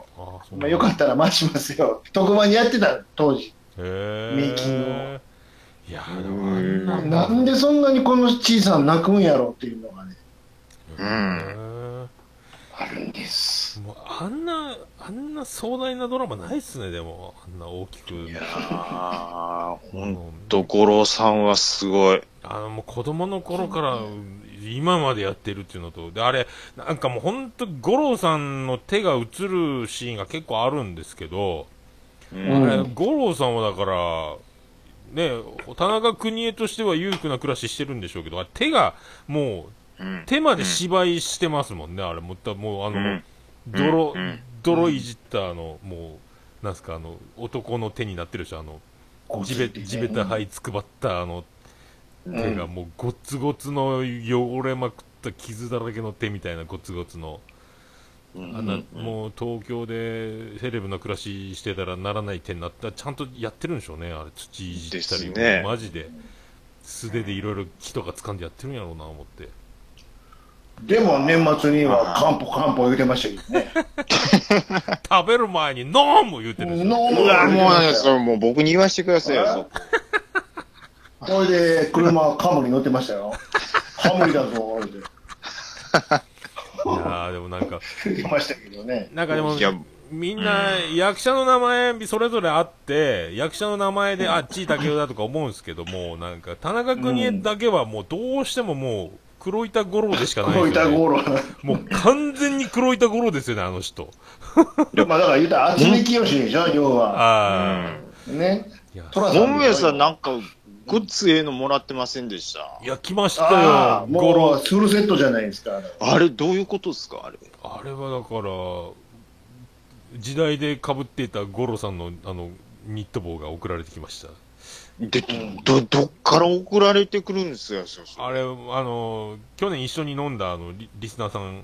そう
まあ、よか
た。
ったら待ちますよ。特番にやってた、当時。
へえ。
メイキングを
いや、
う
でもあん
ん。
なんでそんなにこの小さな泣くんやろっていうのがね、
うん。
ね
あるんです。
もうあんな、あんな壮大なドラマないっすね、でも。あんな大きく。
いやー、ほん
うん
と、五郎さんはすごい。
あの、もう子供の頃から、今までやってるっていうのと、で、あれ、なんかもうほんと、五郎さんの手が映るシーンが結構あるんですけど、あ
うん。
れ
うん
五郎さんはだから、ね、田中邦衛としては裕福な暮らししてるんでしょうけど、あれ手が、も
うん
う、手まで芝居してますもんね、あれ、もったもう、あ
う
の、
ん。
泥
うんうん、
泥いじった、あの、もう、なんすか、あの、男の手になってるでしょ、あの、地べ、地べた灰つくばった、あの、手が
うん
もう、ごつごつの汚れまくった傷だらけの手みたいなごつごつの、あんな、もう東京でセレブな暮らししてたらならない手になった、ちゃんとやってるんでしょうね、あれ、土いじったり、
ですね
マジで、素手でいろいろ木とか掴んでやってるんやろうな、思って。
でも年末には、カンポカンポ言うてましたけどね。
食べる前に飲む言うてるでしょ。
ノー
うわ、もう
言うてま
ね、
し
そ
たよ
れもう僕に言わしてくださいよ、そこ
これで、車はカムリ乗ってまし たよ。カムリだぞ、言うて
いやーでもなんか、
言ってましたけどね。
なんかでも
いや、
みんな役者の名前それぞれあって、役者の名前で、あ、ちいたけおだとか思うんですけども、なんか、田中邦衛だけはもうどうしてももう、黒板五郎でしかない
こういっ
です
た
よ、ね。
ゴールは。
もう完全に黒板五郎ですよね、あの人。
まあだから言うたら、厚み清でしょ、要は。
あ
ね。
ーいや、
寅
桃屋さんなんか、ごっつええのもらってませんでした
い。や、来ました
ああ
よ、、五
もう、
郎。
ツールセットじゃないですか。
あれ、どういうことですかあれ。
あれはだから、時代で被っていた五郎さんの、あの、ニット帽が送られてきました。
で、ど、どっから送られてくるんですよ、そうそう
あれ、あの、去年一緒に飲んだあのリリスナーさん、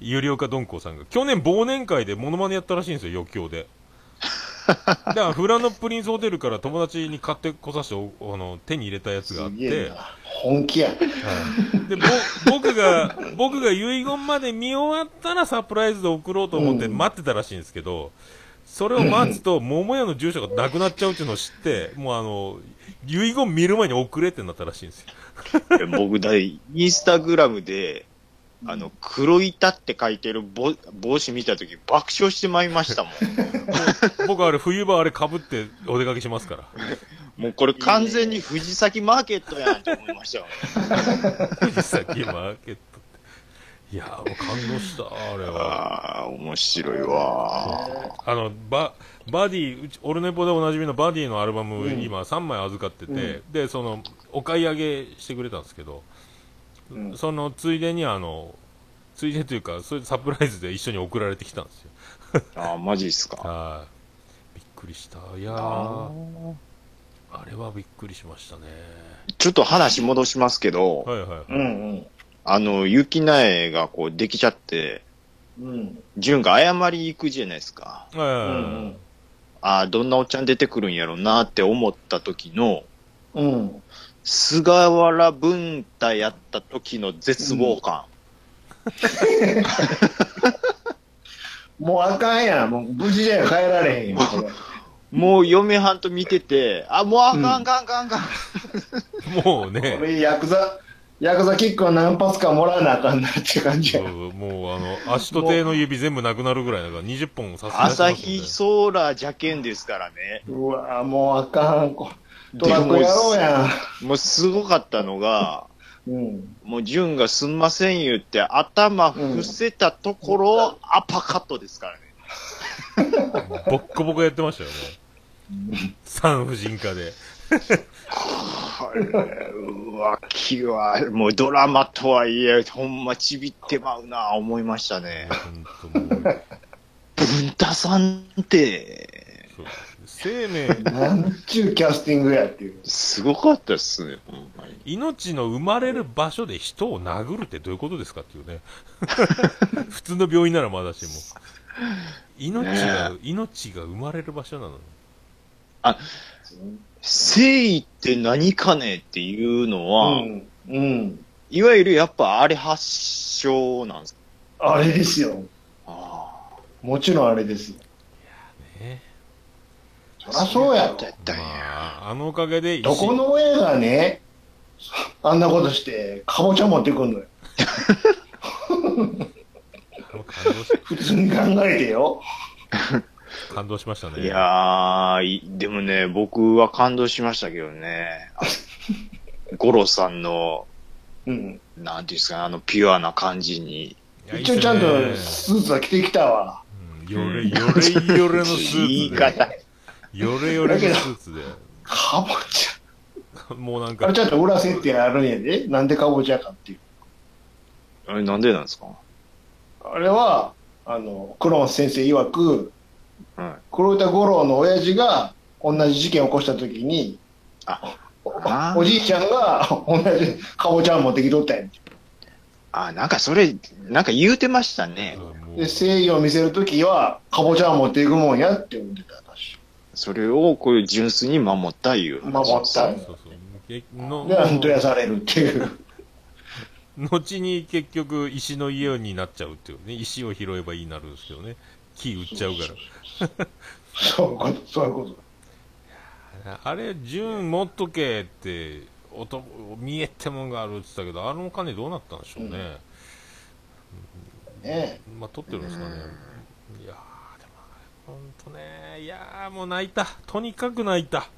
有料化鈍行さんが、去年忘年会でモノマネやったらしいんですよ、余興 で。だから、フラノプリンスホテルから友達に買ってこさせておあの、手に入れたやつがあっ
すげえ
て
な、。本気や。
はいでぼ僕が、僕が遺言まで見終わったらサプライズで送ろうと思って
うん
待ってたらしいんですけど、それを待つと、桃屋の住所がなくなっちゃうっていうのを知って、もうあの、遺言見る前に送れってなったらしいんですよ。
いや 僕だい、インスタグラムで、あの、黒板って書いてる帽帽子見たとき、爆笑してまいり ましたも
僕あれ冬場あれ被ってお出かけしますから。
ん。もうこれ完全に藤崎マーケットやんと思いましたよね。
藤崎マーケットって。いやー、もう感動した、あれは。
ああ、面白いわー。
あの、バ、バディ、うち、オルネポでおなじみのバディのアルバム、
うん
今3枚預かってて、
う
で、その、お買い上げしてくれたんですけど、
うん
その、ついでにあの、ついでというか、そういうサプライズで一緒に送られてきたんですよ。
ああ、マジっすか。
はい。びっくりした。いやー、
あ
あ
ー
れはびっくりしましたね。
ちょっと話戻しますけど、
はいはいはい。
うん
あの、雪苗がこうできちゃって、
うんうん
純が謝り行くじゃないですか。
はいはいはい
うん
ああ、どんなおっちゃん出てくるんやろうなって思った時の、
うん
菅原文太やった時の絶望感。
もうあかんやんもう無事じゃ帰られへんよこれ
もう嫁はんと見てて、あ、もうあかんかんかんかん。
もう
こ
ね、
れヤクザヤクザキックは何発かもらわなあかんなって感じや
そうもうあの、足と手の指全部なくなるぐらいだから、20本させられて
朝
ますんで
日ソーラーじゃけんですからね。
うわもうあかんこトラックやろうや
もうすごかったのが、
んうん
もう純がすんません言って頭伏せたところ、アパカットですからね。
ボッコボコやってま したよ、もう。産婦人科で。
これは、きは、もうドラマとはいえ、ほんまちびってまうな、思いましたね。
ほんともう
文太さんって、
そう生命、
なんちゅうキャスティングやっていう
すごかったっすね、ほんまに。
命の生まれる場所で人を殴るってどういうことですかっていうね。 普通の病院ならまだしも。命が、命が生まれる場所なのに。
誠意って何かねっていうの
う
は、
んうん
いわゆるやっぱあれ発祥なんです
あれですよ
あ
もちろんあれですよ
ね
そりゃそうやろ
やった
ま
んや。
あ、あのおかげで
ど
石、
この親がねあんなことしてかぼちゃ持ってくんのよ
感動し
普通に考えてよ
感動しましたね。
いやーい、でもね、僕は感動しましたけどね。あ のゴロさんの、
うん
なんていうんですかね、あのピュアな感じに。
いや
一応ちゃんと
いいっす
スーツは着てきたわ。
ねうんよれ、よれよれのス
言
ーツ
い
で。
方。
よれよれのスーツ
かぼち
で。もうなん
ゃ。あ
か
れ、ちゃんと裏設定あるんやで。なんでかぼちゃかっていう。
あれなんでなんですか
あれは、あの、クローン先生曰く、
うん。
黒田五郎の親父が同じ事件を起こした時に、
あ
お
あー
おじいちゃんが 同じかぼちゃを持ってきとったんやん
あ、なんかそれ、なんか言うてましたね。
も
で、
う
誠意を見せる時は、かぼちゃを持っていくもんやって思ってたらしい。
それをこういう純粋に守ったいう話。
守った。
そうそう。けの
で、本当やされるっていう。
後に結局石の家になっちゃうっていうね。石を拾えばいいなるんですけどね。木売っちゃうか
そういうこと、そういうこと。
ら。あれ、純持っとけって、おと見えってもんがあるって言ってたけど、あのお金どうなったんでしょうね。
ね
まあ、取ってるんですかね。いやー、でも、ほんとね、いやー、もう泣いた。とにかく泣いた。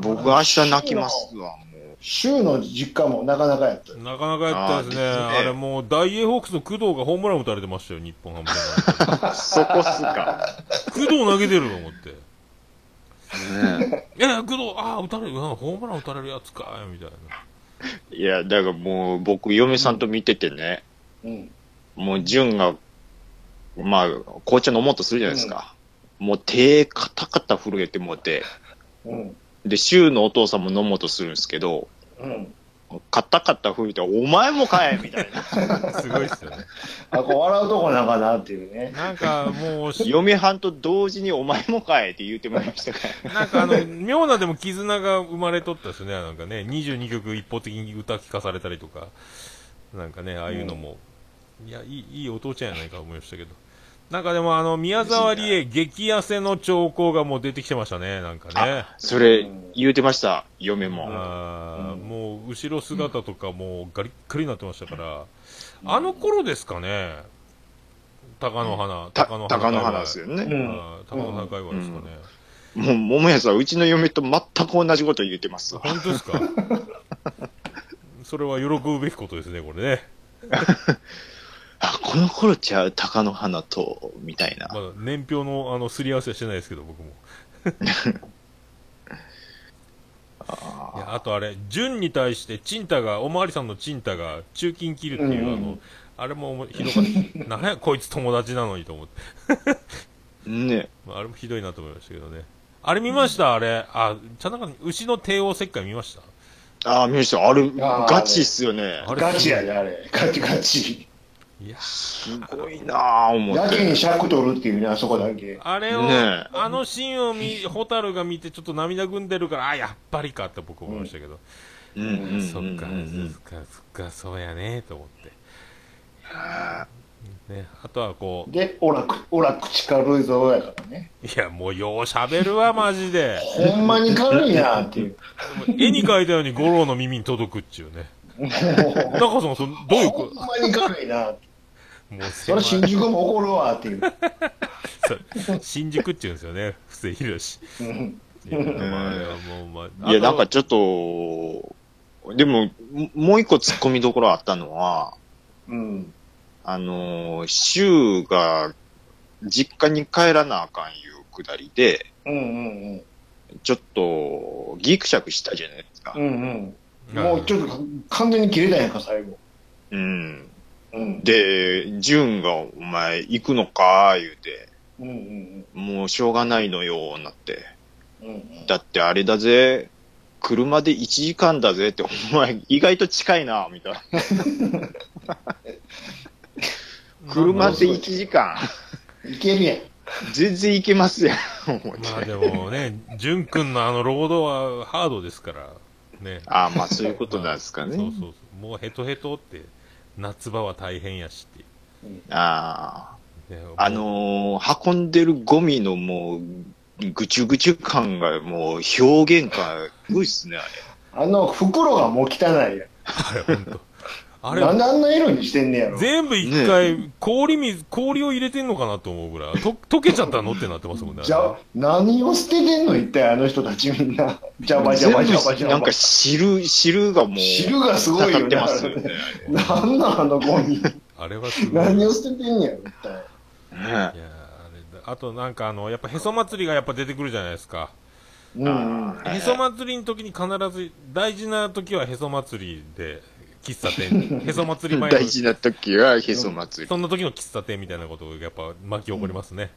僕明日泣きますわ、も
州の実家もなかなかやった。
なかなかやったですね。
あー
あ
ですね
れもう、ダイエーホークスの工藤がホームラン打たれてましたよ、日本ハムで。
う。そこっすか。
工藤投げてると思って。
ね
いやいや、工藤、ああ、打たれる、うんホームラン打たれるやつか、みたいな。
えいや、だからもう僕、嫁さんと見ててね、
うん。
もう純が、まあ、紅茶飲もうとするじゃないですか。もう手カタカタ震えてもうて、
うん。
で、周のお父さんも飲もうとするんですけど、
うん。
カタカタ震えて、お前もかえみたい な。
すごいっすよね。
あ、こう笑うとこなんかなっていうね。
なんか、もうし、
嫁はんと同時にお前もかえって言うてもらいましたから。
なんかあの、妙なでも絆が生まれとったですね、なんかね。22曲一方的に歌聞かされたりとか。なんかね、ああいうのも。いや、いい、いいお父ちゃんやないか思いましたけど。なんかでもあの、宮沢りえ激痩せの兆候がもう出てきてましたね、なんかね。
それ、言うてました、嫁も。
あー
うん
もう後ろ姿とかもうガリッガリになってましたから、あの頃ですかね、高野花、
た、
高野
高野花
花
ですよ
う
ね。
ん
あー高野花界隈ですかね。
もう、桃屋さん、うちの嫁と全く同じこと言うてますわ。
本当ですかそれは喜ぶべきことですね、これね。
あ、この頃ちゃう、鷹の花と、みたいな。
まだ年表の、あの、すり合わせはしてないですけど、 僕も。いやあとあれ、純に対して、チンタが、おまわりさんのチンタが、中金切るっていう、
うんうん
あの、あれもおもひどかった。なんや、こいつ友達なのにと思って。
ね。
まあ、あれもひどいなと思いましたけどね。あれ見ました、あれ。あ、ちゃんなんか、牛の帝王切開見ました
ああ、見ました。あれ、
あー
ガチっすよね。
あれ
ガチやで、あれ。ガチガチ。
いや、
すごいなあ思
や
っ
け
て。
に尺取るっていうね、あそこだけ。
あれを、
ねえ
あのシーンを見、ホタルが見て、ちょっと涙ぐんでるから、あ、やっぱりかって僕思いましたけど。
うんうんうんうんうん
そっか、そっか、そっか、そうやね、と思って。ね、あとはこ
で、オラ、くオラ口軽いぞ、やからね。
う、いや、もうよう喋るわ、マジで。
ほんまに軽いなっていう。
絵に描いたように五郎の耳に届くっちゅうね。
も、
中さん、そのどういううこ
ほんまに軽いなって。
もう
そ
狭
れ
い
新宿も怒るわっていう。
そう新宿っちゅうんですよね、布施宏。
うん
いやまああれはもうまあ
いや、
あと
なんかちょっと、でも、ももう一個突っ込みどころあったのは、
うん。
あのー、周が実家に帰らなあかんいうくだりで、
うんうん
ちょっとギクシャクしたじゃないですか
うん。う。んうん。
あ
もうちょっとか完全に切れたんやんか、最後。
うん。
うん。
で、ジュンがお前行くのか言うて、
うんうん
もうしょうがないのよ、なって。
うん。うん
だってあれだぜ、車で1時間だぜって、お前意外と近いな、みたいな。車で1時間、
いけるやん。
全然行けますやん、思っ
まあ
て。
でもね、淳君のあの労働はハードですから、ね。
ああ、まあそういうことなんですかね。
そうそうそう。もうヘトヘトって、夏場は大変やしっていう。
あ
ね
あ。あ、のー運んでるゴミのもう、ぐちゅぐちゅ感がもう表現がすごいっすね、あれ。
あの袋がもう汚いやん。
あれ本当。あ
なん
れ、
であんな色にしてんねやろ。
全部一回、氷水、氷を入れてんのかなと思うぐらい、と溶けちゃったのってなってますもんね。
じゃ、何を捨ててんの一体あの人たちみん な。ジャバジャバジャバジャバ。
全部なんか汁、汁がもう、
汁がすごいよ
か
ね。
ってますよね。
なんなんあのゴ ミ。
あれはすごい。
何を捨ててんねやろ、一体。
ね
いやーあれだあとなんかあの、やっぱへそ祭りがやっぱ出てくるじゃないですか。
うんうん。
あ
へそ祭りの時に必ず、大事な時はへそ祭りで、喫茶店、 へそ祭り前の
大、事な時はへそ祭り。
そんな時の喫茶店みたいなことがやっぱ巻き起こりますね。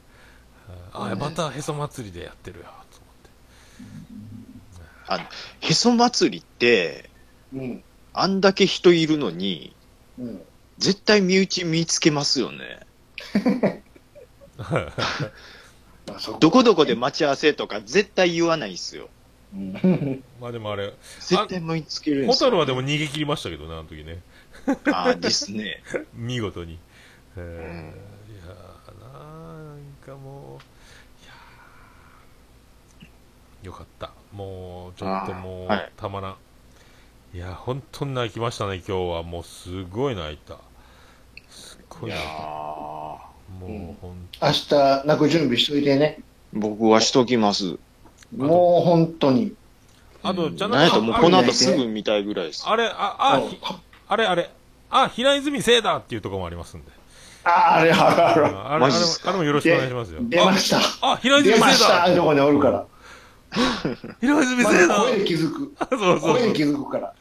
ああ、またへそ祭りでやってるよ、と
あのへそ祭りって、
うん。
あんだけ人いるのに、
うん。
絶対身内見つけますよね。
まあそこ
どこどこで待ち合わせとか絶対言わないっすよ。
うん。
まあでもあれ、
絶対見つけるん
ホ
です
タ
よ。
ルはでも逃げ切りましたけどね、あの時ね。
ああ、ですね。
見事に。えーいやーなんかもう、いやーよかった。もう、ちょっともう、
あーはい
たまらん。いやー、本当に泣きましたね、今日は。もう、すごい泣いた。すっご
い
い
や
泣いた。
ー
もう、ほん
明日泣く準備しといてね。
僕はしときます。
もう本当に。
あと、じゃ
なんや
な
と
く
もう
あ
この後すぐ見たいぐらいです。
あれ、あ、あ、ひ
あ
あれ、あれ、あ、平泉聖だっていうところもありますんで。
あれ、あるあ
あれ、
る。
あれ
マジっすか
あれもよろしくお願いし ますよ。
出ました。
あ、あ平泉
出
聖
ました。あ
だ
そこにおるから。
平泉
ま
聖
ず
だ
声で気づく。
そうそうそう。
声で気づくから。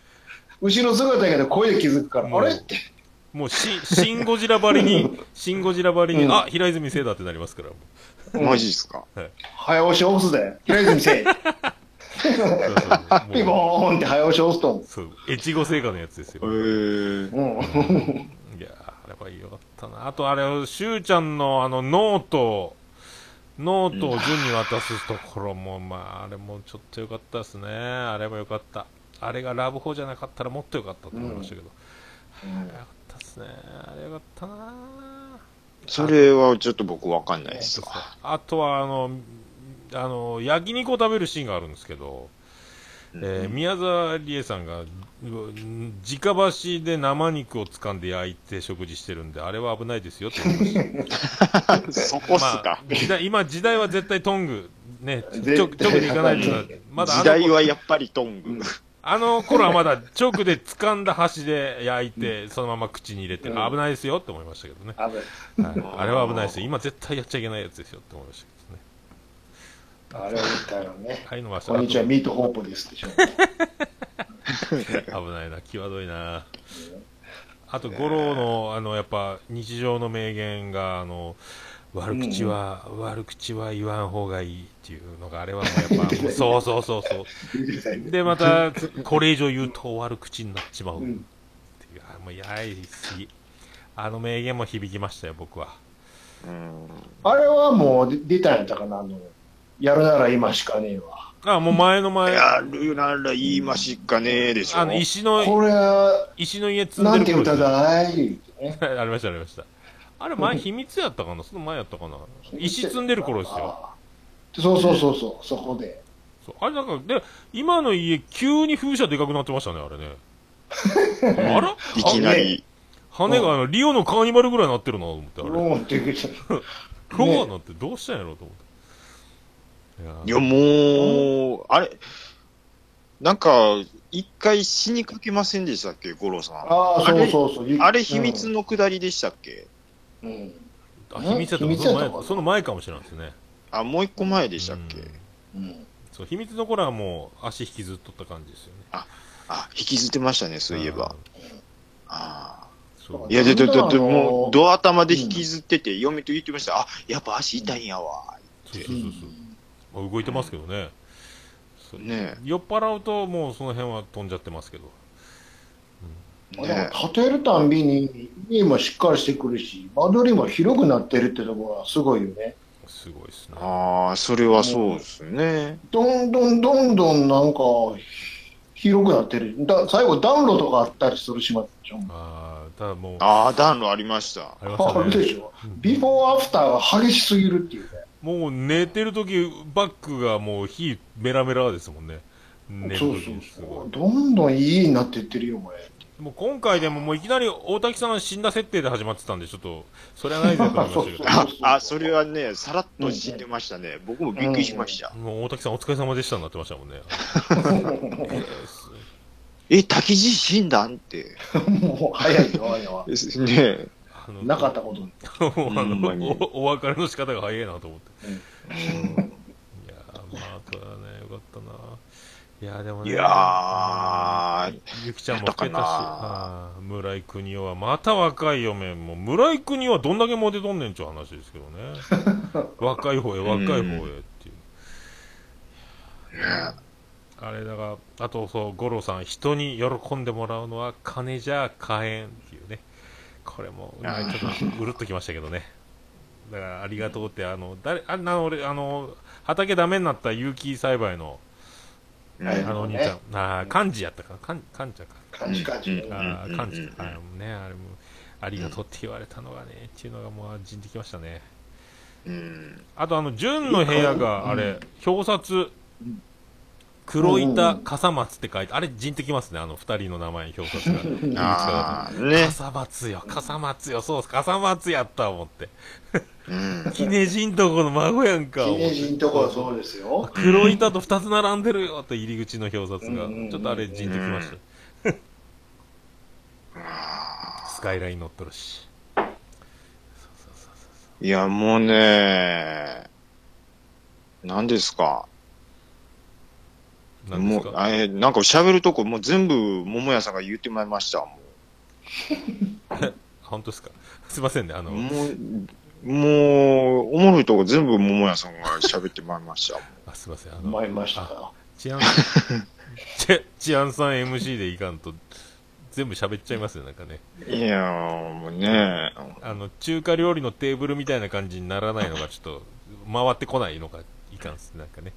後ろ姿やけど声で気づくから。
もう
あれって。
もうシン、 シンゴジラばりに、シンゴジラばりに、
うん
あ、平泉聖だってなります から。
マジですか。
早押し押すで。平泉せえ。
そうそう
ピ
も
ボーンって早押し押すと思
うそう、越後聖火のやつですよ。
へー
う。うん。
いやー、あれはよかったな。あとあれ、しゅうちゃんのあの、ノート、ノートを順に渡すところも、まあ、あれもちょっとよかったですね。あれもよかった。あれがラブホじゃなかったらもっとよかったと思いましたけど。あれよかったですね。あれよかったな
それはちょっと僕わかんないで
そ
す
うそう
わ。
あとはあの、あの焼肉を食べるシーンがあるんですけど、えー宮沢りえさんがうん直箸で生肉を掴んで焼いて食事してるんで、あれは危ないですよって言いました。
そこっす
ま
か
あ。、時代今、時代は絶対トング、ね、
絶対
ちょ直でいかないとな、まだあの
時代
頃
はやっぱりトング。
あの頃はまだチョークで掴んだ箸で焼いて、そのまま口に入れて、
うん
あ危ないですよって思いましたけどね。
あれ
はい、あれは危ないですよ。今絶対やっちゃいけないやつですよって思いましたけどね。
あれみたいなね
あ。あいうのは
こんにちは、ミートホープですでしょ。
危ないな、際どいな。あと、五郎の、あの、やっぱ、日常の名言が、あの、悪口は、悪口は言わん方がいいっていうのが、あれはもうやっぱ、もうそうそうそうそう。で、また、これ以上言うと悪口になっちまうっ
う、
ていうんあもう、やいすぎ。あの名言も響きましたよ、僕は。
うん
あれはもう出出たんやったかな、あの、やるなら今しかねえわ。
あ、もう前の前、
やるなら言いましかねえでしょ。
あの、石の、
これは、
石の家積んで
なん
る
て
頃です
歌
よ
だいってね。
ありました、ありました。あれ、前、秘密やったかなその前やったかな石積んでる頃ですよ。
あー。そうそうそうそう、そこで。
そうあれなんか、で、今の家、急に風車でかくなってましたね、あれね。あら
いきなり。
羽があの、リオのカーニバルぐらいなってるな、と思って、あれ。
ローンって言うけど
ローアなんてどうしたんやろうと思って。いや
いや、もう、あれ、なんか、一回死にかけませんでしたっけ、五郎さん。
ああ、そうそうそう。ゆ
あれ、秘密。のくだりでしたっけ
うんうん
あ秘密やった
秘
か
密
そ
や
の
ったか
前その前かもしれないですね。
あ、もう一個前でしたっけ
うん
うん
そう、秘密の頃はもう、足引きずっとった感じですよね。
あ、引きずってましたね、そういえば。
ん。
あー
そう
いや、で、で、で、
なんだ
で
ろう
もう、ドア頭で引きずってて、嫁と言ってました。あ、やっぱ足痛いんやわ。
そうそうそうそう。まあ動いてますけどね、そう
ね
酔っ払うともうその辺は飛んじゃってますけど、
え。
まあでも
ね
建てるたんびに家もしっかりしてくるし、間取りも広くなってるってところはすごいよね。
すごいですね。
ああ、それはそうですね。
どんどんどんどんなんか広くなってる。だ最後暖炉とかあったりする島でしょ。
あーただもう、あ
ああ、暖炉ありました。
りま
ある
した
で
ね。
しょ
う。ん
ビフォーアフターが激しすぎるっていうね。
もう寝てる時バックがもう火メラメラですもんね。寝る
そう
時
そう
す
そ
ご
う。どんどんいい家になってってるよ、これ。
い。もう今回でももういきなり大滝さん死んだ設定で始まってたんで、ちょっと、それはないぜと思いましたけど
そうそう
あ、あそれはね、さらっと死んでましたね。僕もびっくりしました。
もう大滝さんお疲れ様でしたになってましたもんね。
え、滝地死んだんって。
もう早いよ、あれは。
ですね。
あの
なかったことに。
もうあ
ほんまに
のおお別れの仕方が早いなと思って。いやー、まあ、とはね、よかったな。いやー、でもね、
いやー、
ゆきちゃんも老けたし、
やったかな
あー村井邦夫は、また若いよ、めん。もう村井邦夫はどんだけモテとんねんちゅう話ですけどね。 若い方へ、若い方へっていう。あれだが、あとそう、五郎さん、人に喜んでもらうのは金じゃ買えんっていうね。これも、
あー
ちょっとうるっときましたけどね。だから、ありがとうって、あの、誰、あんな、俺、あの、畑ダメになった有機栽培の、
うん
はい
あのお兄ちゃん、ああ、漢字やったかな、漢漢字やか。
感じ感じ。
あ
うんう
あ、
ん
感じ
うん
あのね、あれも、ありがとうって言われたのがね、っていうのがもう、じんできましたね。
うん。
あと、あの、純の部屋が、あれ、表札、黒板、笠松って書いて、あれ、じんできますね、あの、二人の名前、表札が。
ああ、ね。
笠松よ、笠松よ、そうっす、笠松やった、思って。
うん。
姫人とこの孫やんか、
記
思って
念人とこはそうですよ。
黒板と二つ並んでるよ、と入り口の表札が
うんうんうんう。ん
ちょっとあれ、じんできました。スカイライン乗っとるし。
いや、もうね、何ですか。
なんです
もう、
か
あえ、なんか喋るとこ、もう全部、桃屋さんが言ってまいりました。も
本当ですか すいませんね、あ
う、
の、
もう、もうおもろいとこ全部桃屋さんが喋ってまいりました。
あすいません、あの、
参りましたよ。
治安、ち治安さん MC でいかんと、全部喋っちゃいますよ、なんかね。
いやー、もうね、
あの、中華料理のテーブルみたいな感じにならないのが、ちょっと、回ってこないのがいかんっす、なんかね。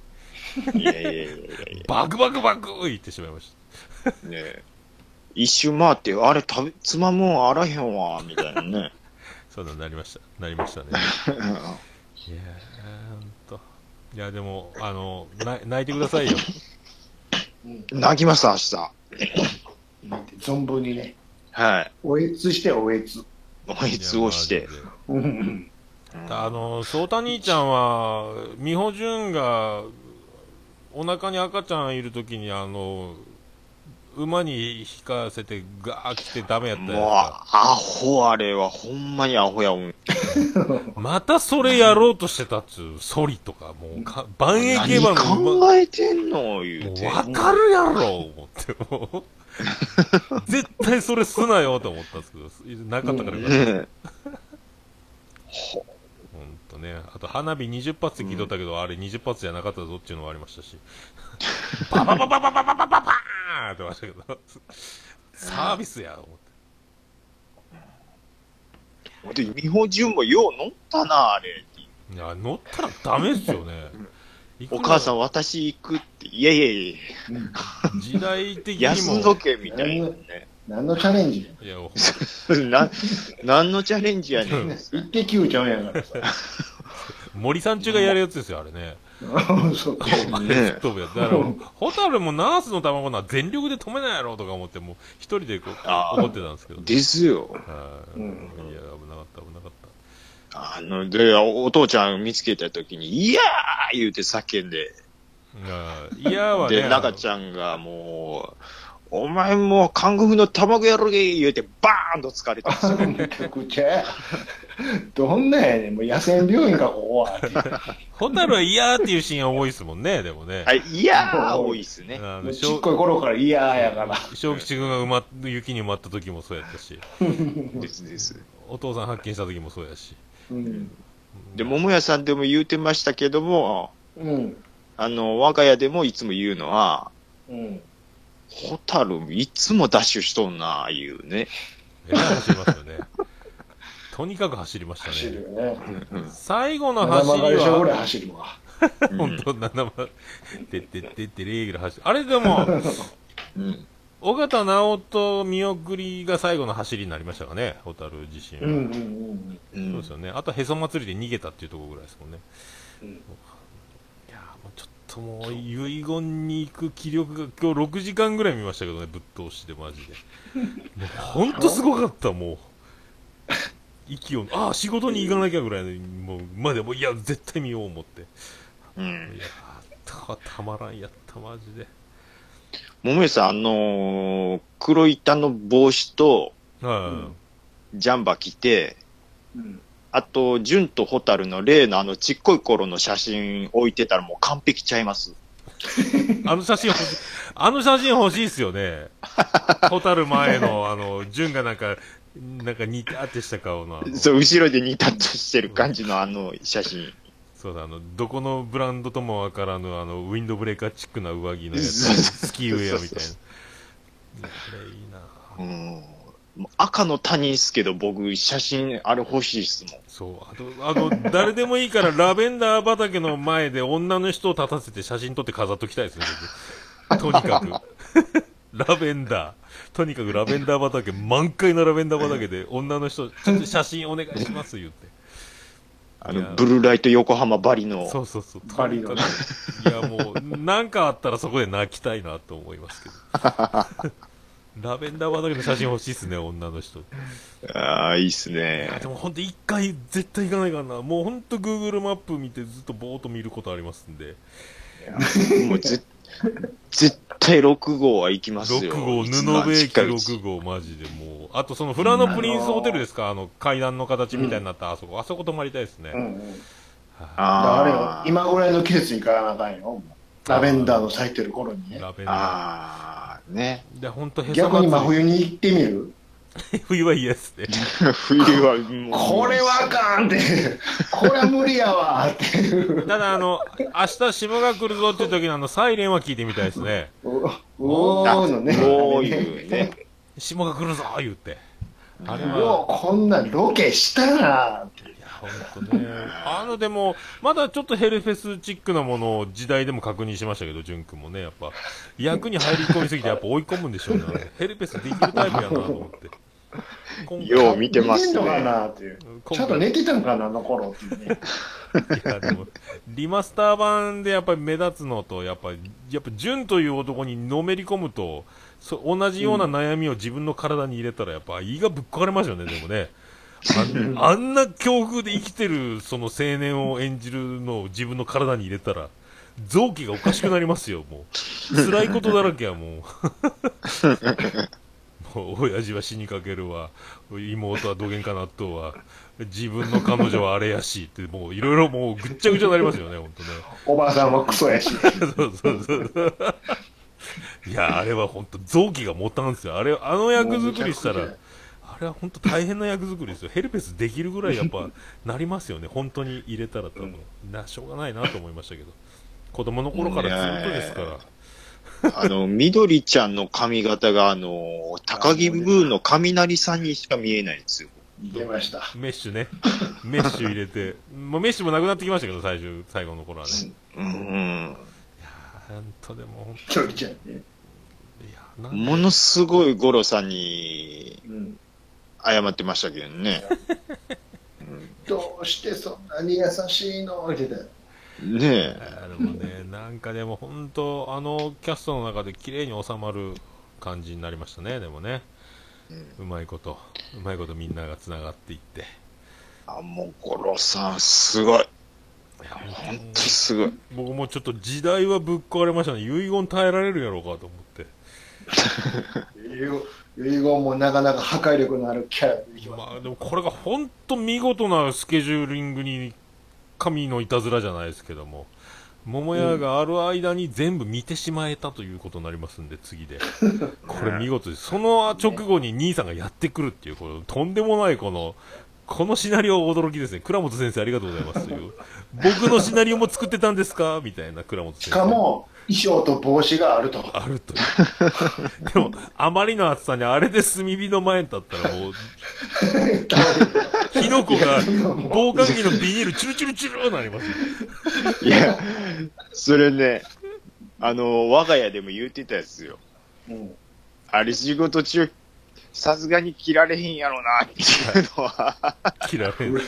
いやいやいやいやいや
バクバクバク言ってしまいまし
ねえ一周回って、あれ食べ、つまむんあらへんわ、みたい なね。
た。そうなのなりました。なりま したね。いやー、ほんと。いや、でも、あの、な泣いてくださいよ。
うん
泣きます、明日。
存分にね、
はい。
おえつしておえつ。
お いつをして。
うん
あの、ソータ兄ちゃんは、美穂純が、お腹に赤ちゃんいるときに、あの、馬に引かせてガー来てダメやったやん
もう、
か
アホあれは、ほんまにアホやもん。
またそれやろうとしてたっつう、ソリとか、もうか、万栄競馬
何
の馬、
考えてんの言うて。
わかるやろ思って、もう絶対それすなよと思ったんですけど、なかったからよかった、
ね
ほんとね。あと、花火20発って聞いとったけど、あれ20発じゃなかったぞっていうのはありましたし。パパパパパパパパパパーンってましたけど、サービスや、思って。
えで、美穂純もよう乗ったな、あれ。
いや、乗ったらダメっすよね。
お母さ
ん。
ん、私行くって。いやいやい
うん
時代的
や、
に
休ん
も
ど。け、みたいなね。
何のチャレンジ
いや、ほ
な、何のチャレンジやねん。
一滴球ちゃうんやからさ。
森さん中がやるやつですよ、あれね。
そう
あれ
ね
吹っ飛ぶやつ。だから、ホタルもナースの卵なら全力で止めないやろとか思って、もう一人でこう、
あー
怒ってたんですけど。
ですよ。
はい。
う
い
ん
や、危なかった、危なかった。
あの、で、お父ちゃん見つけた時に、いやー言うて叫んで。
あーいやはね。
で、中ちゃんがもう、お前もう韓国の卵やろげ言うて、バーンと 疲れたんですよ。
めちゃくちゃや。どんなんやねん。もう野戦病院か、ここは。
ホタルは嫌っていうシーン多いですもんね、でもね。
はい、いやー多いっすね。
あ
も
の
う
し
ち
ょ
っ
う
こい頃から嫌やから。
小吉君が埋まっ雪に埋まった時もそうやったし、
ですです。
お父さん発見した時もそうやし。
うん。
で、桃屋さんでも言うてましたけども、
うん。
あの、我が家でもいつも言うのは、
うん。
ホタルいつもダッシュしとんな、言うね。
えらい走りますよね。とにかく走りました
走る
ね
よ。ね。
最後の
七
走
曲が
り
りしょぐらい
は、
走るわ。
本当七番、てってってってレール走る。あれでも、
うん。
尾形直人見送りが最後の走りになりましたかね、ホタル自身は。
うんうん
そう
うん
う
んですよね。あと、へそ祭りで逃げたっていうところぐらいですもんね。
うん
いやーもうちょっともう、遺言に行く気力が、今日6時間ぐらい見ましたけどね、ぶっ通しでマ ジで。もうほんとすごかった、もう。息を、ああ、仕事に行かなきゃぐらいの、もう、まあでも、いや、絶対見よう思って。い
うん。
やーた、たまらんやった、マジで。
桃屋さん、あのー黒板の帽子と
は
ジャンバー着て、
うん。
あと、純とホタルの例のあのちっこい頃の写真置いてたらもう完璧ちゃいます。
い。あの写真欲しい、あの写真欲しいっすよね。ホタル前の、あの、純がなんか、なんか似たってした顔の。あの
そう、後ろでニタッとしてる感じのあの写真。
そうだ、あの、どこのブランドともわからぬ、あの、ウィンドブレーカーチックな上着のや
そうそう
つ、スキーウェアみ
そ
た
う
い
そう
な。これいいな
うん。赤の他人っすけど、僕、写真、あれ欲しいっすもん。
そう。あと、あの、誰でもいい から、ラベンダー畑の前で女の人を立たせて写真撮って飾っときたいですね、僕と にかく。ラベンダー。とにかくラベンダー畑、満開のラベンダー畑で、女の人、ちょっと写真お願いします、言って。
あ
いや
の、ブルーライト横浜バリの。
そうそうそう。
バリのね
いや、もう、なんかあったらそこで泣きたいなと思いますけ ど。ラベンダー畑の写真欲しいっすね、女の人。い
ああ、いいっす
や、
ね
で。もほんと一回絶対行かないからな。もうほんと Google マップ見てずっとぼーっと見ることありますんで。
もうぜ、絶対6号は行きますよ。
6号、布部駅6号、マジでもう。あとそのフラノプリンスホテルですかあの階段の形みたいになったあそこ。あそこ泊まりたいですね。
うんう
はい
ん。だからあれよ
あ、あ。
今ぐらいの季節に行かなあかんよ。もうラベンダーの咲いてる頃にね。
ラベンダ
ああ、ね。
ー。で、ほんとへそ
逆に真
祭
冬に行ってみる
り。 冬は嫌ですね。
冬はもう。
これはあかんって。これは無理やわって。
ただ、あの、明日霜が来るぞっていう時のあの、サイレンは聞いてみたいですね。
おおーのね。
こういうね。
霜が来るぞー言って。あれ
よ
は、
うこんなんロケしたなって。
いや、ほんとね。あの、でも、まだちょっとヘルフェスチックなものを時代でも確認しましたけど、ジュン君もね、やっぱ、役に入り込みすぎて、やっぱ追い込むんでしょうね。ヘルフェスできるタイプやなと思って。今回
よう見てます
寝てんのか
ね。
なっていう。
今
ちゃんと
回
寝てたんかな、あの頃っていうね。
いやでもリマスター版でやっぱり目立つのと、やっぱり、やっぱ、純という男にのめり込むと、そ同じような悩みを自分の体に入れたら、やっぱ胃がぶっ壊れますよね、でもね。 ああんな境遇で生きてるその青年を演じるのを自分の体に入れたら、臓器がおかしくなりますよ、もう。辛いことだらけや、もう。 もう、親父は死にかけるわ。妹はどげんか納豆は。自分の彼女はあれやし。って、もう、いろいろもう、ぐっちゃぐちゃになりますよね、ほんとね。
おばあさんはクソやし。
そうそうそう。いや、あれは本当臓器が持たんすよ。あれ、あの役作りした
もう
ら
めちゃくち、
あれは本当大変な役作りですよ。ヘルペスできるぐらいやっぱ、なりますよね。本当に入れたら多分、な、しょうがないなと思いましたけど。子供の頃からずっとですから。
あの、緑ちゃんの髪型が、あの、高木ブーの雷さんにしか見えないんですよ。
出ました。
メッシュね。メッシュ入れて。もうメッシュもなくなってきましたけど、最終、最後の頃はね。
うん。
本当でも、
ひとりちゃんね。
いや、なん
ものすごい五郎さんに
うん。
謝ってましたけどね。う
どうしてそんなに優しいのって言ってたよ。
んねえ。
あーでもね、 なんかでも本当、あのキャストの中で綺麗に収まる感じになりましたね、でもね、うまいこと、うまいことみんながつながっていって、い
あ、もう五郎さん、すごい。
や
ほ
本
んとすごい。
当僕もちょっと時代はぶっ壊れましたね、遺言耐えられるやろうかと思って、
遺言もなかなか破壊力のあるキャラでいきます
まあ、でもこれが本当、見事なスケジューリングに、神のいたずらじゃないですけども。桃屋がある間に全部見てしまえたということになりますんで、次 で。これ見事です。その直後に兄さんがやってくるっていう、このとんでもないこの、このシナリオ驚きですね。倉本先生ありがとうございますと いう。僕のシナリオも作ってたんですかみたいな倉本先生。
しかも、衣装と帽子があると。
あるという。でも、あまりの暑さにあれで炭火の前に立ったらもう、火の粉が防寒着のビニールチュルチュルチュルなりますよ。
いや、それね、あの、我が家でも言うてたやつよ。
うん
あれ仕事中、さすがに切られへんやろな、っていうのは、
切られる。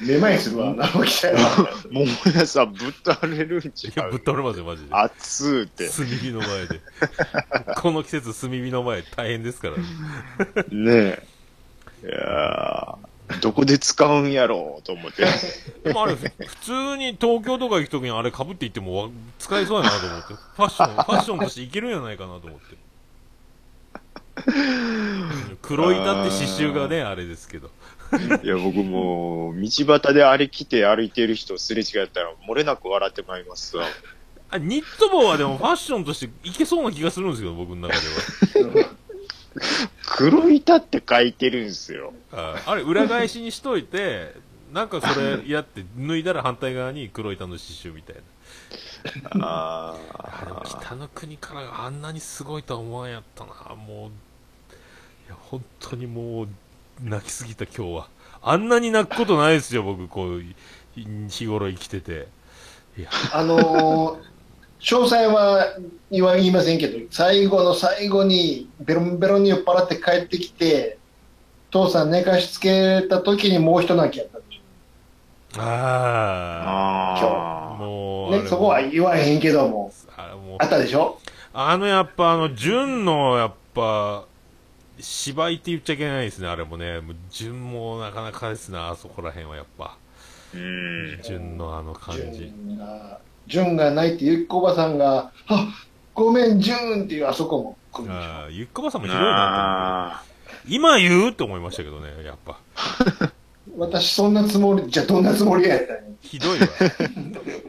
めまいするわ、直樹さんは。
桃屋さんぶっ倒れるんち
い
ゃ
や、ぶっ
う
倒れますよ、マジで。
熱うって。
炭火の前で。この季節、炭火の前大変ですから、ね。
ねえ。いやーどこで使うんやろうと思 って。
でもあれ、ふ普通に東京とか行くときにあれ被っていってもわ使えそうやなと思って。ファッション、ファッションとしていけるんじゃないかなと思って。黒板って刺繍がね、あれですけど。
いや、僕もう、道端であれ来て歩いてる人すれ違ったら、漏れなく笑ってまいりますわ。
あ、ニット帽はでもファッションとしていけそうな気がするんですけど、僕の中で
黒板って書いてるんですよ。
は。ああれ、裏返しにしといて、なんかそれやって、脱いだら反対側に黒板の刺繍みたいな。
あ
あでも北の国からがあんなにすごいとは思わんやったな、もう、いや本当にもう、泣きすぎた、今日は。あんなに泣くことないですよ、僕、こう、い日頃生きてて。いや、
あのー詳細は言わ言いませんけど、最後の最後に、ベロンベロンに酔っ払って帰ってきて、父さん寝かしつけた時にもう一泣きやったんでし
ああ、
あー。
も
ょ。
う、あれ
ね、そこは
もう
言わへんけども、
あれもう
あったでしょ
あの、やっぱ、あの、純の、やっぱ、芝居って言っちゃいけないですね、あれもね。もう純もなかなかですな、あそこら辺はやっぱ。
うん。
純のあの感じ。
純が、純がないってゆきこおばさんが、あごめん、純っていうあそこも来るでし
ああ、ゆっこばさんもひどいな
あ
と思って。今言うって思いましたけどね、やっぱ。
ょ。私そんなつもり、じゃあどんなつもりやったんや
ひどいわ。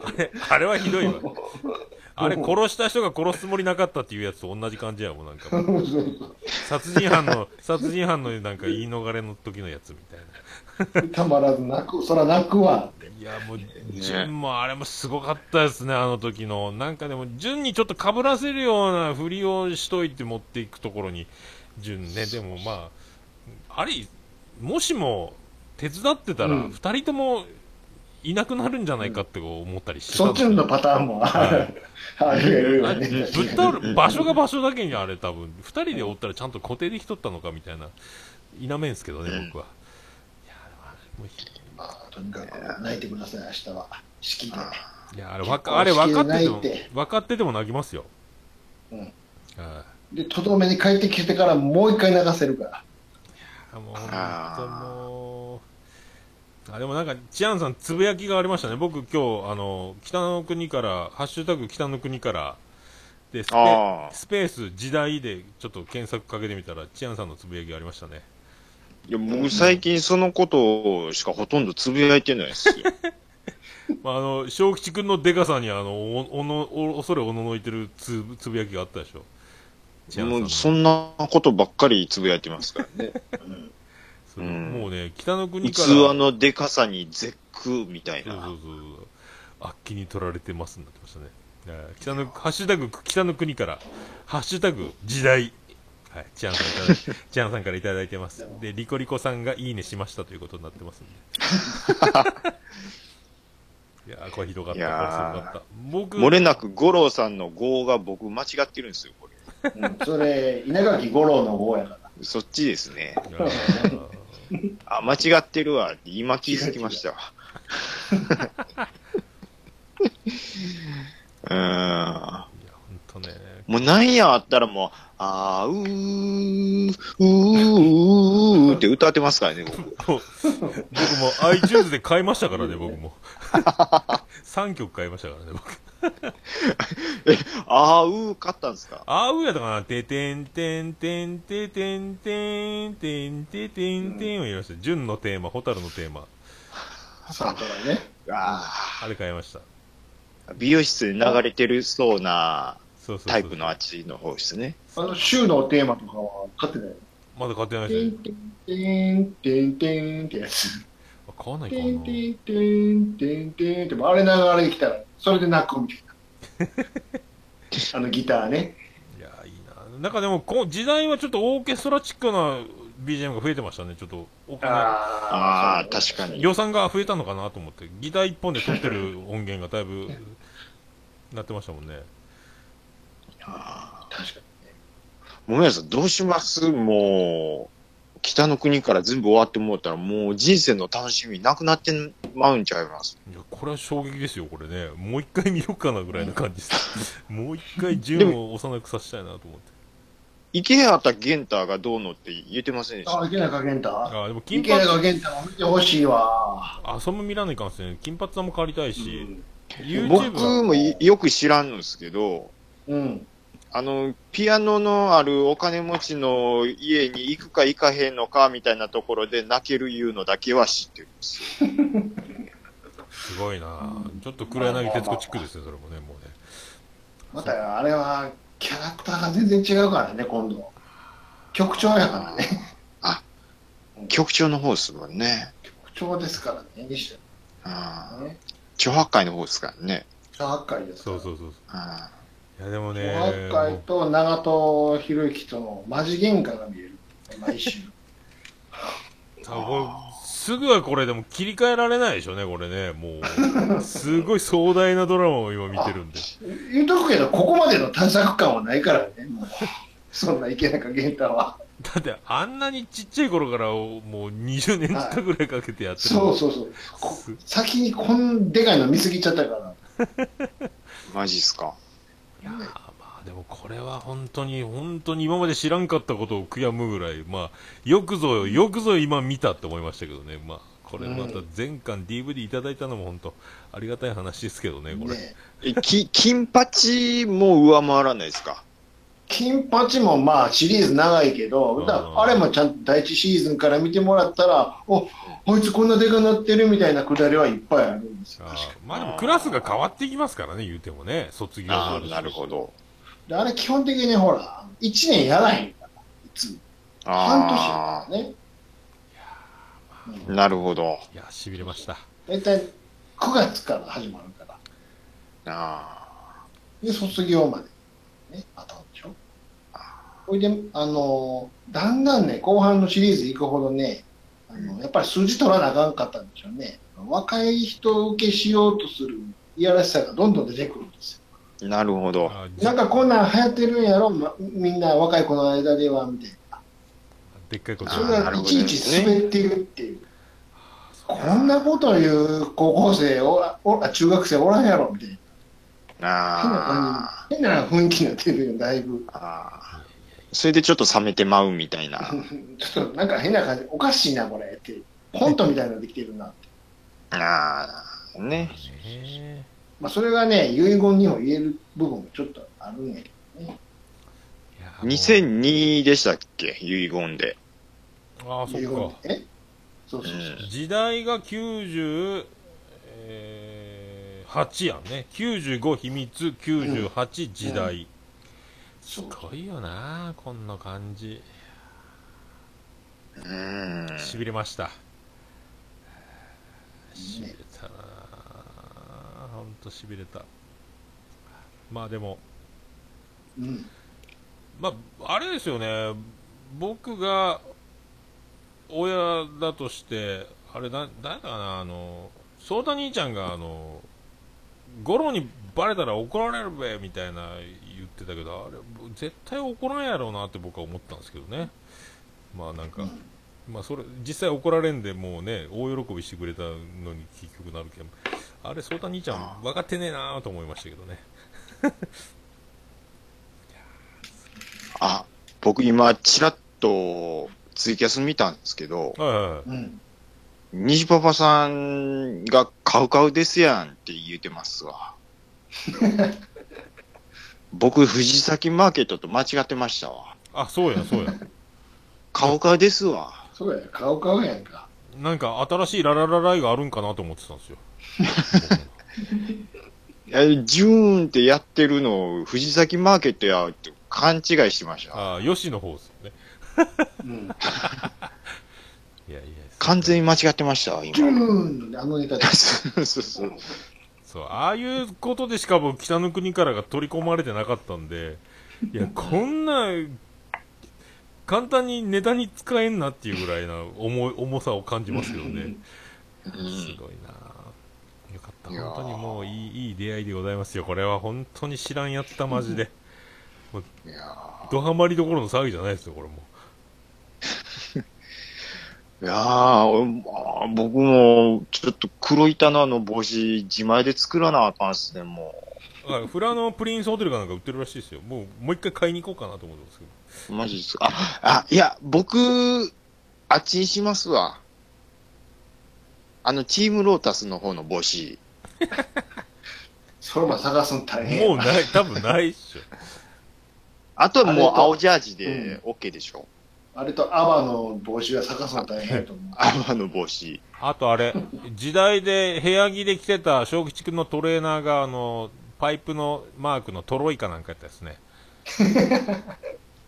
あれ、あれはひどいわ。あれ、殺した人が殺すつもりなかったっていうやつと同じ感じやもん、なんかもう。殺人犯の、殺人犯のなんか言い逃れの時のやつみたいな。
たまらず泣く、そら泣くわって。
いや、もう、純もあれもすごかったですね、あの時の。なんかでも、純にちょっと被らせるようなふりをしといて持っていくところに、純ね、でもまあ、あれ、もしも手伝ってたら、
うん
二人ともいなくなるんじゃないかって思ったりしてた
そっちのパターンもあるあるよ
あ
ね。
ぶっ倒る、場所が場所だけにあれ多分、二人でおったらちゃんと固定できとったのかみたいな、否めんすけどね、僕は。いや、もうひ
まあとにかく泣いてください、明日は。式で。
いやあれわか、あれ分かってても
結婚式で泣い、
分かってても泣きますよ。
うん
あ
で、とどめに帰ってきてからもう一回泣かせるから。
あもう、
あー
本当もう、あでもなんか、チアンさん、つぶやきがありましたね。僕、今日、あの、北の国から、ハッシュタグ北の国から、で、スペ
あー
スペース時代で、ちょっと検索かけてみたら、チアンさんのつぶやきがありましたね。
いや、僕最近そのことしかほとんどつぶやいてないです よ。
まあ、あの、小吉くんのデカさに、あの、お、おの、お、恐れおののいてるつぶ、つぶやきがあったでしょ。チアンさ
も
ん
う
の。
そんなことばっかりつぶやいてます からね。
それ
うん
もうね、北の国
器
から。
のでかさに絶句みたい
そうそう
な。
そうそう。あっきに取られてますになってましたね。えー北の、ハッシュタグ、北の国から、ハッシュタグ、時代。はい、チアンさんから、 チアンさんからいただいてます。で、リコリコさんがいいねしましたということになってますん で。いやー、これひどかった。これすご
いやー
かった。僕、
漏れなく五郎さんの号が僕間違ってるんですよ、これ。
うんそれ、稲垣吾郎の方やから。
そっちですね。
いやー
あ、間違ってるわ。今気づきましたわ。
いや、ほんとね。
うーん。もうなんやあったらもう、あー、うー、うー、うーって歌ってますからね、僕。
もう僕も iTunes で買いましたからね、僕も。3曲買いましたからね、僕。
あー、うー、買ったんですか
あうやったかなててんてんてんててんてんてんててんてんを言いました。純のテーマ、蛍のテーマ。
サントラね。
あ
あれ買いました。
ー、美容室で流れてるそうな
そうそうそう。
タイプのあっちの方ですね。
あの、週のテーマとかは買ってないの
まだ買ってないで
て
す
ん
ね。
てんてんてんてんってやつ。
あ買わないか
て
なん
てんてんてんてんって、あれ流れてきたら、それで泣くみたいな。あのギターね。
いや、いいな。なんかでも、こ時代はちょっとオーケストラチックな BGM が増えてましたね。ちょっと、お金、
あ
あー、確かに。
予算が増えたのかなと思って、ギター一本で撮ってる音源がだいぶ、なってましたもんね。
あー
確か
もめやさん、どうしますもう、北の国から全部終わってもうたら、もう人生の楽しみなくなってまうんちゃいます。
いや、これは衝撃ですよ、これね。もう一回見ようかなぐらいな感じです。もう一回順を幼くさせたいなと思って。
池畑玄太がどうのって言ってませんでし
に。あ、
た。
池中玄太
あ、でも金
池
髪、
中玄太も見てほしいわ。
あ、そんな見らないかもしれない。金髪さんも変わりたいし、
僕
YouTube は
もいよく知らんのですけど、
うん。
あの、ピアノのあるお金持ちの家に行くか行かへんのかみたいなところで泣ける言うのだけは知ってるんですよ。
すごいなちょっと黒柳徹子チックですね、それもね、もうね。
また、あれは、キャラクターが全然違うからね、今度。曲調やからね。
局長の方ですもんね。
曲調ですからね、西田
あ
ね。
ー、八海の方ですからね。
小八海ですか
そ
ら。
うそうそう
あ
そう。いや、でもね、
小八海と長門博之とのマジ喧嘩が見える。毎週。
さあこれすぐはこれでも切り替えられないでしょうね、これね。もう、すごい壮大なドラマを今見てるんで。
言うとくけど、ここまでの探索感はないからね、もうそんな池中玄太は。
だって、あんなにちっちゃい頃からもう20年近くぐらいかけてやってる
そうそうそう。こ先にこんでかいの見過ぎちゃったから。
ーマジっすか。
いやーまあでもこれは本当に本当に今まで知らんかったことを悔やむぐらいまあよくぞよくぞ今見たって思いましたけどねまあこれまた全巻 DVD いただいたのも本当ありがたい話ですけどねこれ、
ね
え、き、金八も上回らないですか
金八もまあシリーズ長いけど、だ
うん
あれもちゃんと第一シーズンから見てもらったら、おこいつこんなでかなってるみたいなくだりはいっぱいあるんですよ
あ。ーまあでもクラスが変わっていきますからね言うてもね卒業
ああ、
し
なるほど。
であれ基本的にほら、1年やらへんから、いつも。半年や
あ
からね。
あ、なるほど。
いやしびれました
大体9月から始まるから。
あ
で、卒業まで、ね、あったんでしょ。ほいで、あの、だんだんね、後半のシリーズ行くほどね、あのやっぱり数字取らなあかんかったんでしょうね。若い人受けしようとするいやらしさがどんどん出てくるんです
あ、なるほど。
あー
よ。なんかこんなん流行ってるんやろ、ま、みんな若い子の間では、みたいな。
でっかいこと
そ
が
れ
な
が
る
い
ほど
ちいち滑ってるっていう。こんなこと言う高校生おら、おら、中学生おらんやろ、みたいな。変な感
あ
じ変な雰囲気になってるよ、だいぶ。
あ、ああ。それでちょっと冷めてまうみたいな。
ちょっとなんか変な感じ、おかしいな、これって、コントみたいなのできてるなって。
ああ、ね。
ね
まあ、それがね、遺言にも言える部分もちょっとあるんやけ
いやもう
2002でしたっけ遺言で。
ああ
ど、
そ
遺言
っ
っ
か
てね。そうそうそう。
うん
時代が90、えー、8やんね95秘密98時代、す
そう
ごいよなこんな感じ
うん。
しびれましたしびれ
ね
たなほんとしびれたまあでも
うん。
まあ、あれですよね、僕が親だとして、あれだ、誰だかな、あの、ソータ兄ちゃんが、あの、ゴロにバレたら怒られるべ、みたいな言ってたけど、あれ、絶対怒らんやろうなって僕は思ったんですけどね。まあなんか、まあそれ、実際怒られんでもうね、大喜びしてくれたのに結局なるけど、あれ、ソータ兄ちゃん分かってねえなと思いましたけどね。
あ、僕今、ちらっとツイキャス見たんですけど、
はいはいはい。
うん。
虹パパさんがカウカウですやんって言うてま すわ。僕、藤崎マーケットと間違ってましたわ。
あ、そうや、そうや。
カウカウですわ。
そうや、顔買うやんか。
なんか新しいラララライがあるんかなと思ってたんです よ。
えジューンってやってるのを藤崎マーケットやって勘違いしてました。
ああ、ヨシの方ですよね。
うん。
いやいや。
完全に間違ってましたわ、
キュ
今。
ーンのあのネタで
そうそうそう。
そう、ああいうことでしか僕、北の国からが取り込まれてなかったんで、いや、こんな、簡単にネタに使えんなっていうぐらいな重い重さを感じますけどね。
う
す
ん
ごいなあよかった。
いやー
本当にもういい、いい出会いでございますよ。これは本当に知らんやった、マジで。
いや
ドハマりどころの騒ぎじゃないですよ、これもう。
ーいやー俺もあー僕も、ちょっと黒板のあの帽子、自前で作らなあかんっすね、も
あフラのプリンスホテルかなんか売ってるらしいですよ。もう、もう一回買いに行こうかなと思ってますけど。
う。マジですか。あ、あ、いや、僕、あっちにしますわ。あの、チームロータスの方の帽子。
それも探すの大変やな。
もうない、多分ないっしょ。
あとは
あれ
もう
と
青ジャージで OK でしょ。
あれとアバの帽子は探すの大変やと思う。
アマの帽子。
あとあれ、時代で部屋着で着てた正吉君のトレーナーが、あの、パイプのマークのトロイかなんかやったですね。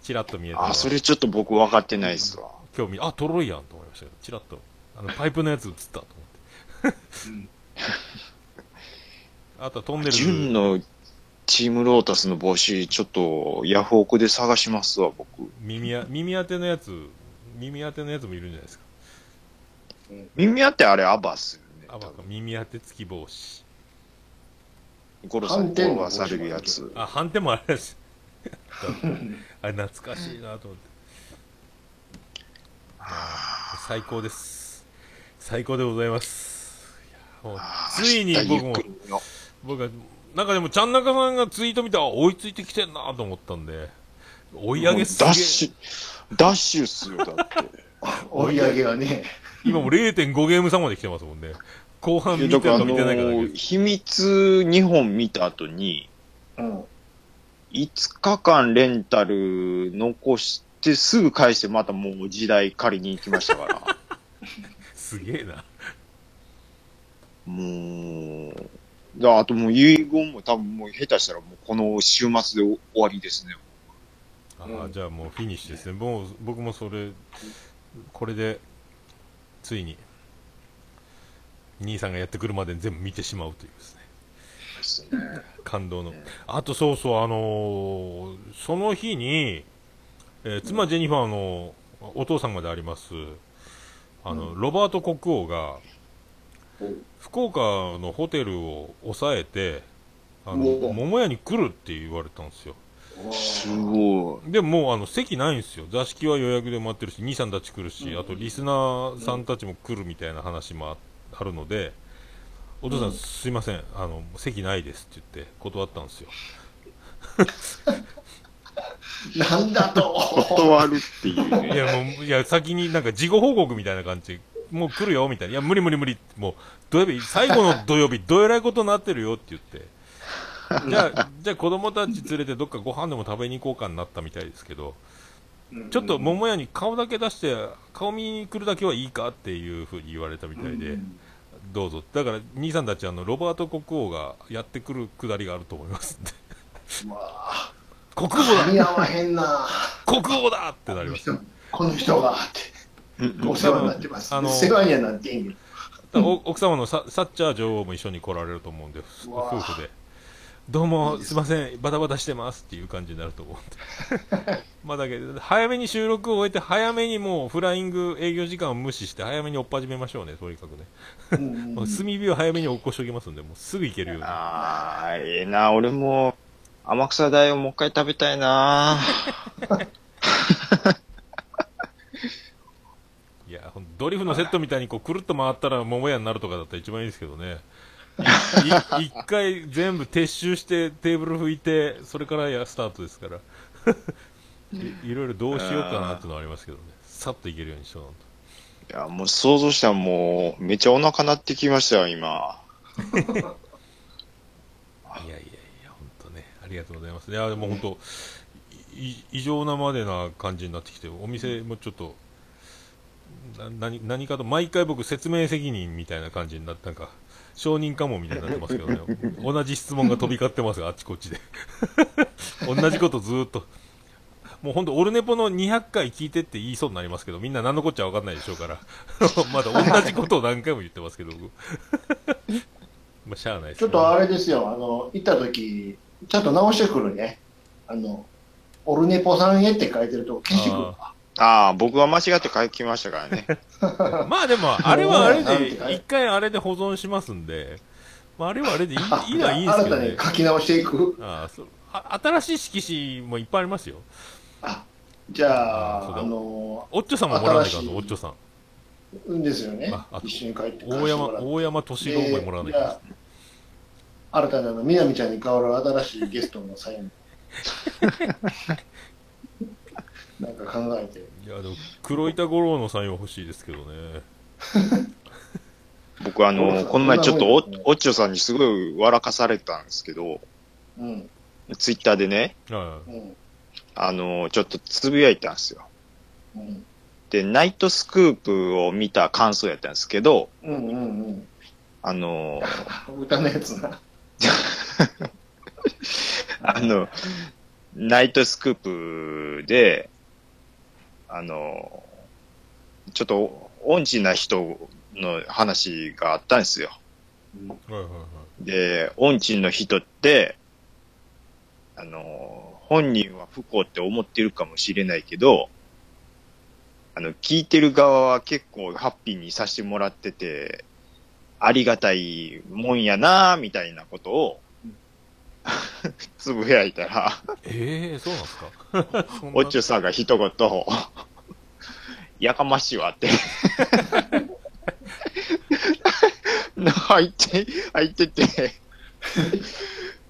チラッと見えたのが。
あ、それちょっと僕分かってないっすわ。
今日見、あ、トロイやんと思いましたけど、チラッと。あの、パイプのやつ映ったと思って。あとはトンネルズ
純のチームロータスの帽子、ちょっとヤフオクで探しますわ、僕。
耳あ、耳当てのやつ、耳当てのやつもいるんじゃないですか。
耳当てあれアバスよね。
あ、まあ耳当て付き帽子。
ゴロさんに
反転の
転がされるやつ。
あ、判定もあれ です。あれ懐かしいなと思って。最高です。最高でございます。いやもうついに僕も
明、日ゆっくりの
僕は、なんかでも、ちゃんなかさんがツイート見て、あ、追いついてきてんなと思ったんで、追い上
も
げ
う
すげ
ダ
え
ッシュ、ダッシュっすよ、だって。
追い上げはね。
今もう0.5ゲーム差まで来てますもんね。後半
いや
見てる
だから、あ
か
の
見てないかだけ
ー
です。
秘密2本見た後に、
うん。
5日間レンタル残して、すぐ返して、またもう時代借りに行きましたから。
すげえな。
もう、だあともう遺言も多分もう下手したらもうこの週末で終わりですね。
あ
う
ー
ん
じゃあもうフィニッシュですね。もう僕もそれ、これで、ついに、兄さんがやってくるまでに全部見てしまうというですね。
ですね。
感動の
うん。
あとそうそう、あのーその日に、えー妻ジェニファーのお父さんまであります、あの、ロバート国王が、福岡のホテルを抑えて、あの、
うお
桃屋に来るって言われたんですよ。
すご
でももうあの席ないんですよ、座敷は予約で埋まってるし、兄さんたち来るし、
うん
あとリスナーさんたちも来るみたいな話もああるので、お父さん、
うん
すいませんあの、席ないですって言って断ったんですよ、
なんだと
い。断るっていう
い
ね。
や、もういや先になんか事後報告みたいな感じでもう来るよ、みたいな。いや、無理無理無理。もう、土曜日、最後の土曜 日、どえらいことになってるよって言って。じゃあ、じゃあ子供たち連れてどっかご飯でも食べに行こうかになったみたいですけど、ちょっと桃屋に顔だけ出して、顔見に来るだけはいいかっていうふうに言われたみたいで、どうぞ。だから、兄さんたち、あの、ロバート国王がやってくるくだりがあると思い ますんで。
うわ
国王
ぁ、
だ
似合わへんな
国王だってなりました。
この人がって、お世話になってます。
あの
世話にはなっていいんよ。
だからお奥様のササッチャー女王も一緒に来られると思うんで、ふ
うわ
夫婦で。どうも、
いいです
すいません、バタバタしてますっていう感じになると思うんで。 まあだけど、早めに収録を終えて、早めにもうフライング営業時間を無視して、早めに追っ始めましょうね、とにかくね。
うん
もう炭火を早めに起こしておきますんで、もうすぐ行けるように。
ああ、ええな、俺も、天草大をもう一回食べたいな。
いや、ほんドリフのセットみたいにこう、くるっと回ったら桃屋になるとかだったら一番いいですけどね。い一回全部撤収して、テーブル拭いて、それからやスタートですから。いいろいろどうしようかなっていうのはありますけどね。さっといけるようにしようなんと。
いや、もう想像したらもう、めっちゃお腹鳴ってきましたよ、今。
いやいやいや、本当ね、ありがとうございます。いや、でも本当、いい異常なまでな感じになってきて、お店もちょっと、な何何かと、毎回僕、説明責任みたいな感じになって、なんか、承認かもみたいになってますけどね、同じ質問が飛び交ってますが、あっちこっちで。 同じことずーっと。もう本当、オルネポの200回聞いてって言いそうになりますけど、みんな何のこっちゃ分かんないでしょうから、 まだ同じことを何回も言ってますけど、僕 まあ、しゃあないです
ちょっとあれですよ、あの、行った時、ちゃんと直してくるね。あの、オルネポさんへって書いてるとこ消してくるわ。
ああ、僕は間違って帰ってきました からね。
まあでも、あれはあれ
なんて
で
いうか、ね
一回あれで保存しますんで、まあ、あれはあれでいいいいのはいいんです
新
けど
た
ね
に。書き直していく。
ああそうあ新しい色紙もいっぱいありますよ。
あ、じゃ
あそう
あ、
だ
あの、
おっちょさんももらわないか
新し
と、
い
おっちょさん。
うんですよね
ああ。と
一緒に帰って帰
大
しても
山
ら、って
大山敏郎ももらわない
じゃあ
か
新たなの南ちゃんに代わる新しいゲストのサイ ンなんか考え
と。
て
いや、でも、黒板五郎のサインは欲しいですけどね。
僕あ
そうで
の、
すか
この前ちょっと
そんなもんですね
お、おっちょさんにすごい笑かされたんですけど、
うん
ツイッターでね、
は
うん
あの、ちょっとつぶやいたんですよ。
うん
で、ナイトスクープを見た感想やったんですけど、
うんうん
あの、
うん歌のやつな
あの、ナイトスクープで、あの、ちょっと、音痴な人の話があったんですよ。
い。はいはいはい。
で、音痴の人って、あの、本人は不幸って思ってるかもしれないけど、あの、聞いてる側は結構ハッピーにさせてもらってて、ありがたいもんやなみたいなことを、 つぶやいたら、
ええそうなんですか そんな
おっちょさんが一言、やかましいわって。 入って、入ってて、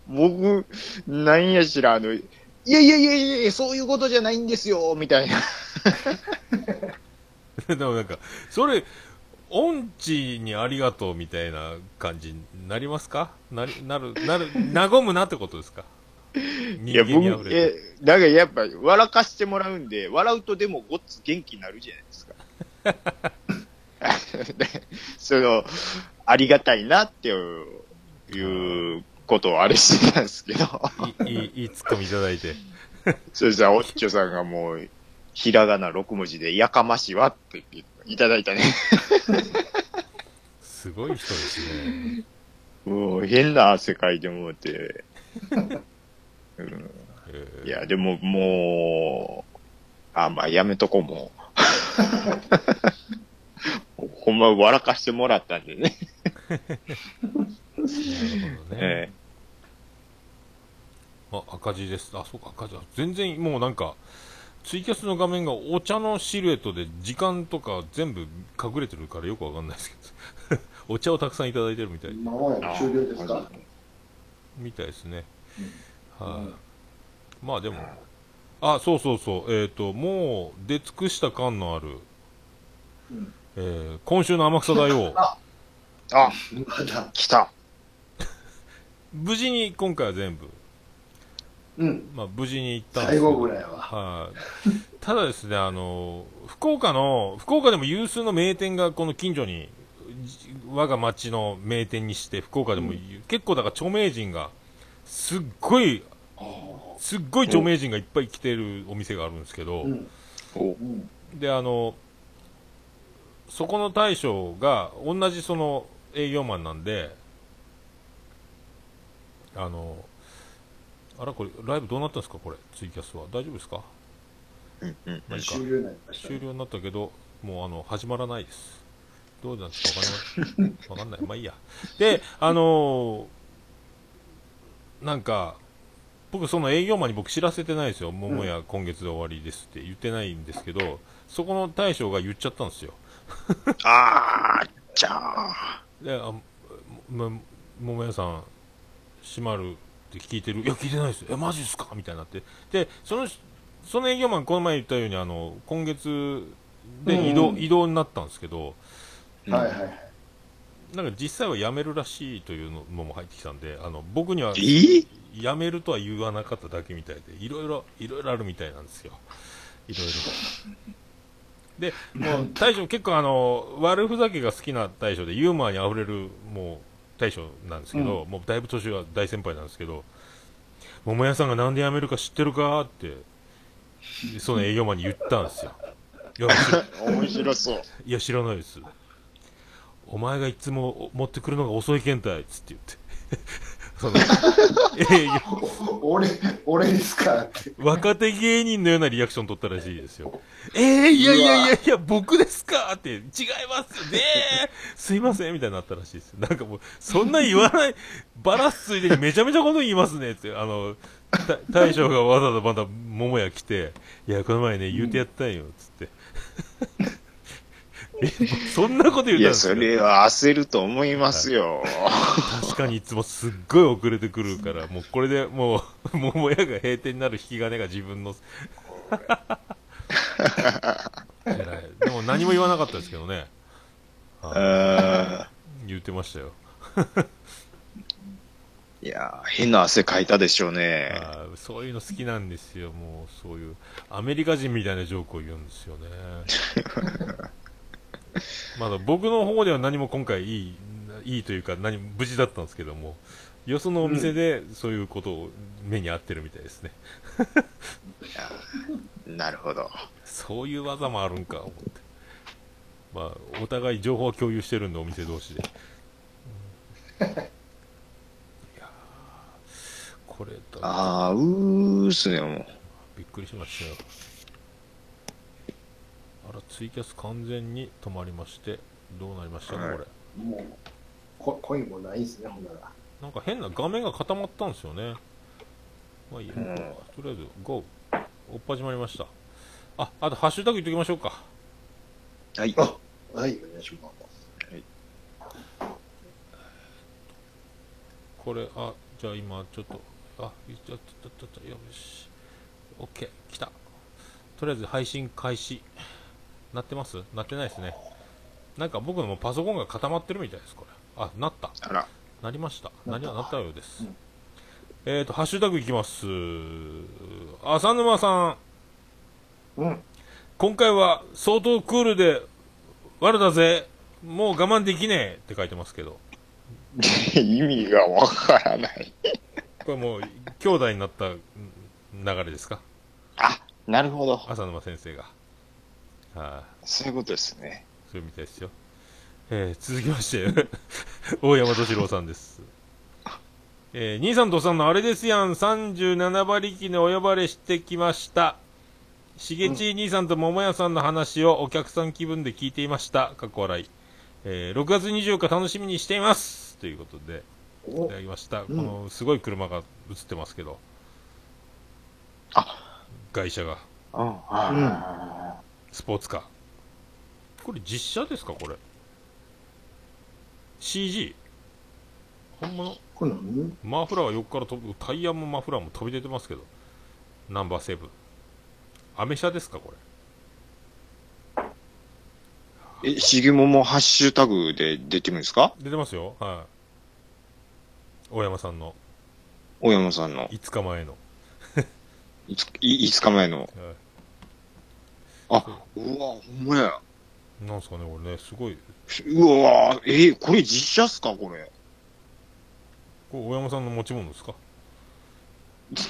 僕、なんやしら、あの、いやいやいやいや、そういうことじゃないんですよ、みたいな。
でもなんか、それ、音痴にありがとうみたいな感じになりますかなり、なる、なる、和むなってことですか
い
人
や、
間に溢
僕、
れ
え
て。、
だからやっぱ、笑かしてもらうんで、笑うとでもごっつ元気になるじゃないですか。 でその、ありがたいなっていう、いうことをあれしてたんですけど。
いい、いい、いいツッコミいただいて。
そしたら、おっちょさんがもう、ひらがな6文字で、やかましはって言っていただいたね。
すごい人ですね。
もう、変な世界でもうて。うん
えー
いや、でも、もう、あ、まあ、やめとこうもう。 ほんま、笑かしてもらったんでね。
なるほどね。
え
あ、赤字です。あ、そうか、赤字だ。全然、もうなんか、ツイキャスの画面がお茶のシルエットで時間とか全部隠れてるからよくわかんないですけど。 お茶をたくさんいただいてるみたい。
まもな
え
く終了ですか
みたいですね。
うん
はい、まあでも、あ、そうそうそう。えっ、と、もう出尽くした感のある、
うん
えー今週の天草大王、
あ、
まだ。
来た。
無事に今回は全部、
うん。
まあ、無事に行ったんです
最
けど
後ぐらいは。
はい、ただですね、あの、福岡の、福岡でも有数の名店がこの近所に、じ我が町の名店にして、福岡でも、結構だから著名人が、すっごい、すっごい著名人がいっぱい来てるお店があるんですけど、
うん。
お
うん。
で、あの、そこの大将が、同じその営業マンなんで、あの、あら、これ、ライブどうなったんですか、これ、ツイキャスは。大丈夫ですか
うんうん
何か
終了になりましたね。
終了になったけど、もうあの始まらないです。どうなんですかわかりまわかんない。まあいいや。で、あのーなんか、僕、その営業マンに僕知らせてないですよ。桃屋今月で終わりですって言ってないんですけど、そこの大将が言っちゃったんですよ。
あー、じゃあ。
で、あ、もも桃屋さん、閉まるって聞いてる。いや、聞いてないです。え、マジですかみたいになって。で、その、その営業マン、この前言ったように、あの、今月で移動、
うんうん
移動になったんですけど、
はいはいはい。
なんか実際は辞めるらしいというのも入ってきたんで、あの、僕には辞
い。えー
めるとは言わなかっただけみたいで、いろいろ、いろいろあるみたいなんですよ。いろいろ。で、もう大将結構あの、悪ふざけが好きな大将で、ユーモアに溢れる、もう、大将なんですけど、もうだいぶ年は大先輩なんですけど、桃屋さんがなんで辞めるか知ってるかって、その営業マンに言ったんですよ。いや、知ら
面白そう。
いや、知らないです。お前がいつも持ってくるのが遅い倦怠っつって 言って。その、営業
俺、俺ですかって。
若手芸人のようなリアクション取ったらしいですよ。えー、いやいやいやいや、僕ですかって、違いますね すいませんみたいになったらしいです。なんかもう、そんな言わない、バラすついでにめちゃめちゃこと言いますねって、あの、た大将がわざわざまた桃屋来て、いや、この前ね、言うてやったんよ、つ って。え、そんなこと言ったん
い
で
や、
す
そ
か
れは焦ると思いますよ。
確かにいつもすっごい遅れてくるから、もうこれでもう、 桃屋が閉店になる引き金が自分の。 偉いでも何も言わなかったですけどね。はい
あ
言ってましたよ。
ーいやー、変な汗かいたでしょうね。
あーそういうの好きなんですよ、もうそういう、アメリカ人みたいなジョークを言うんですよね。まだ僕の方では何も今回いい、いいというか、何も無事だったんですけども、よそのお店でそういうことを目に合ってるみたいですね。
なるほど。
そういう技もあるんか、思って。まあ、お互い情報は共有してるんで、お店同士で。うんいやーこれだ、
あー、うーっすね、もう。
びっくりしましたよ。あら、ツイキャス完全に止まりまして、どうなりましたか、
はい
これ。
もう、こ恋もないですね、ほんなら。
なんか変な画面が固まったんですよね。まあいいや、
うん
とりあえず、GO! おっ始まりました。あ、あとハッシュタグ言っときましょうか。
はい。
あはい、お願いします。
これあじゃあ今ちょっとあいっちゃったったったよし OK 来たとりあえず配信開始なってますなってないですねなんか僕のもうパソコンが固まってるみたいですこれあなった
あら、
なりましたな
なっ
り
た
なったようです、
うん
えっ、ー、とハッシュタグいきます浅沼さん
うん。
今回は相当クールで悪だぜもう我慢できねえって書いてますけど
意味がわからない。
これもう兄弟になったん流れですか
あ、なるほど。
浅沼先生が。はい、
そういうことですね。
そうみたいですよ。えー続きまして、 大山敏郎さんです。えー、兄さんとおっさんのあれですやん、37馬力にお呼ばれしてきました。しげちい兄さんと桃屋さんの話をお客さん気分で聞いていました。かっこ笑い。えー6月24日楽しみにしていますということで、い
お
ただきました。こ
ん
の、すごい車が映ってますけど、
あ、
外車が、
うん、あ
スポーツカー。これ実写ですかこれ。CG? 本物
これ何
マフラーは横から飛ぶ、タイヤもマフラーも飛び出てますけど。ナンバーセブン。アメ車ですかこれ。
ー
く
え、ひげももハッシュタグで出てるんですか
出てますよはい大山さんの
大山さんの。
5日前の、
いつ、い、5日前の。
は
あ、うわ、ほんまや。
い、なんですかねこれねすごいう
わえーこれ実写っすかこれ。
これ大山さんの持ち物ですか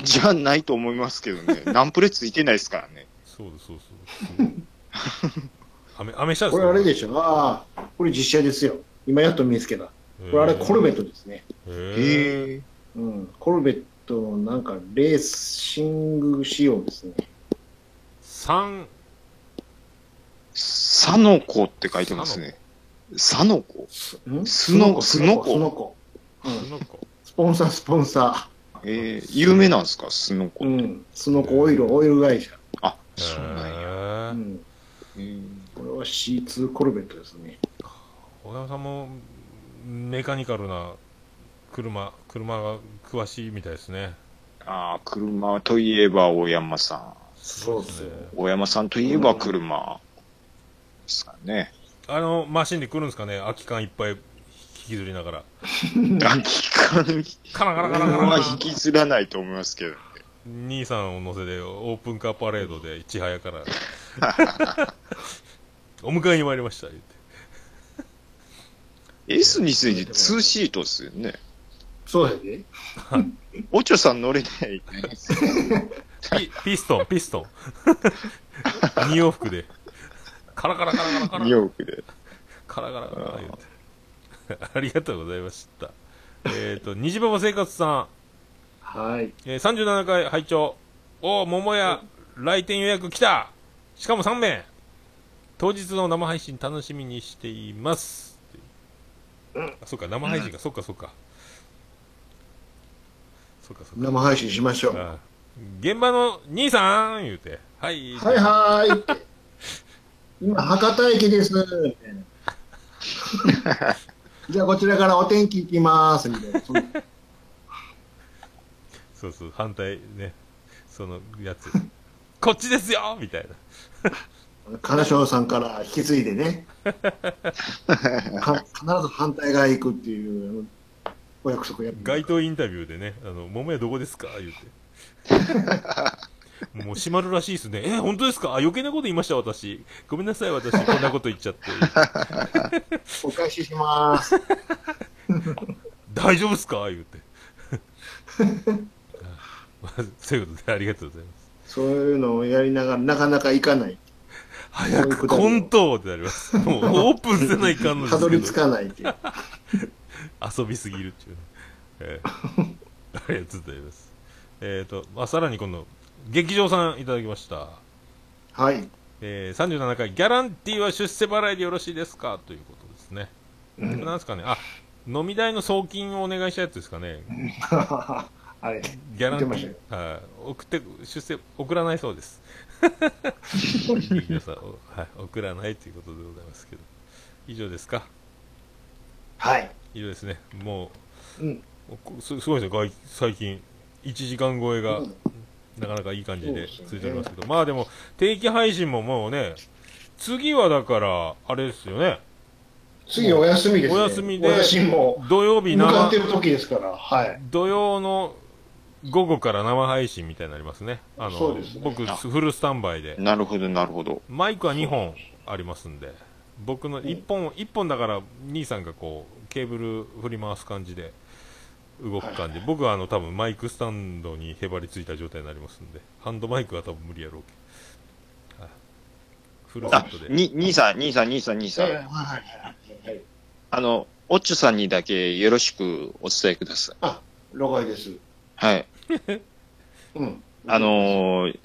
じゃないと思いますけどね。ナンプレついてないですからね。
そうですそうですすごいアメアメ車です
こ
か
れあれでしょああ、これ実写ですよ。今やっと見つけた。これあれコルベットですね。
へえ
へえ。
うん。コルベットのなんかレーシング仕様ですね。
3
サノコって書いてますね。サノコ
ん
スノ
スノコ
ス
ス
ノ
ノコ。
なんか
スポンサー、スポンサ
えー、有名なんですかスノ
ー。
コ。
うん。スノコオイル、オイル会社。
あ、
へ
そうなん
う
や。
え
ん。
えー
これは C2 コルベットですね。
小山さんもメカニカルな車車が詳しいみたいですね
ああ、車といえば大山さん。
そうですよ。
大山さんといえば車。ですかね。
あのマシンで来るんですかね空き缶いっぱい引きずりながら
空き缶
カラカラカラカラ
は引きずらないと思いますけど。
兄さんを乗せてオープンカーパレードでいちはやから お迎えに参りました言って
S について2シートっすよね。
そうやで。
オチョさん乗れない。
ピピストンピストン二往復でカラカラカラカラカラ
ニューヨークで。
カラカラカラ言ってありがとうございましたえっと虹パパ生活さん
はい。
えー、37回拝聴おお桃屋来店予約来たしかも3名当日の生配信楽しみにしています、あそっか生配信か、そっかそっかそっかそっか
生配信しましょう。
あ現場の兄さん言うてはい
はいはーいって。今、博多駅 です。みたいなじゃあ、こちらからお天気行きます。みたいなそんな。
そうそう反対ねそのやつこっちですよみたいな
金賞さんから引き継いでね。か必ず反対側行くっていう、あのお約束やって
街頭インタビューでね、あの、桃屋どこですか言う て。もう閉まるらしいですね。え、本当ですかあ余計なこと言いました、私。ごめんなさい、私。こんなこと言っちゃって。
お返しします。
大丈夫ですか言うて。 まあそういうことで、ありがとうございます。
そういうのをやりながら、なかなか行かない。
早くコントをってなります。もうオープンせないかんの
たどり着
い。
かないっていう。
遊びすぎるっていうね。えーありがとうございます。えっ、と、まあ、さらに今度、劇場さんいただきました。
はい。
えー、37回、ギャランティーは出世払いでよろしいですかということですね。これなんですかね、あ飲み代の送金をお願いしたやつですかね、
あれ。
ギャランテ
見てま
ィー、はい送って出世、送らないそう です。皆さん、おはい、送らないということでございますけど、以上ですか、
はい。
以上ですね、も
うん。
う、おこすすごいですよ、外最近、1時間超えが、
うん
なかなかいい感じで
そうですよね
続いておりますけど、まあでも、定期配信ももうね、次はだから、あれですよね。
次お休みです、ね。
お休みで
私も
土曜日
向か
生
ってる時ですから。はい。
土曜の午後から生配信みたいになりますね。あの、
そうですね
僕フルスタンバイで。
なるほど、なるほど。
マイクは2本ありますんで、僕の1本、一本だから兄さんがこう、ケーブル振り回す感じで動く感じ。僕はあの多分マイクスタンドにへばりついた状態になりますんで、ハンドマイクは多分無理やろうけど。はいフルセ
あ
ット、で。
に、兄さん、兄さん、兄さん、兄さ
はいはい
ん。
はいはい。
あの、オッチョさんにだけよろしくお伝えください。
了解です。
はい。
うん。
あ、のー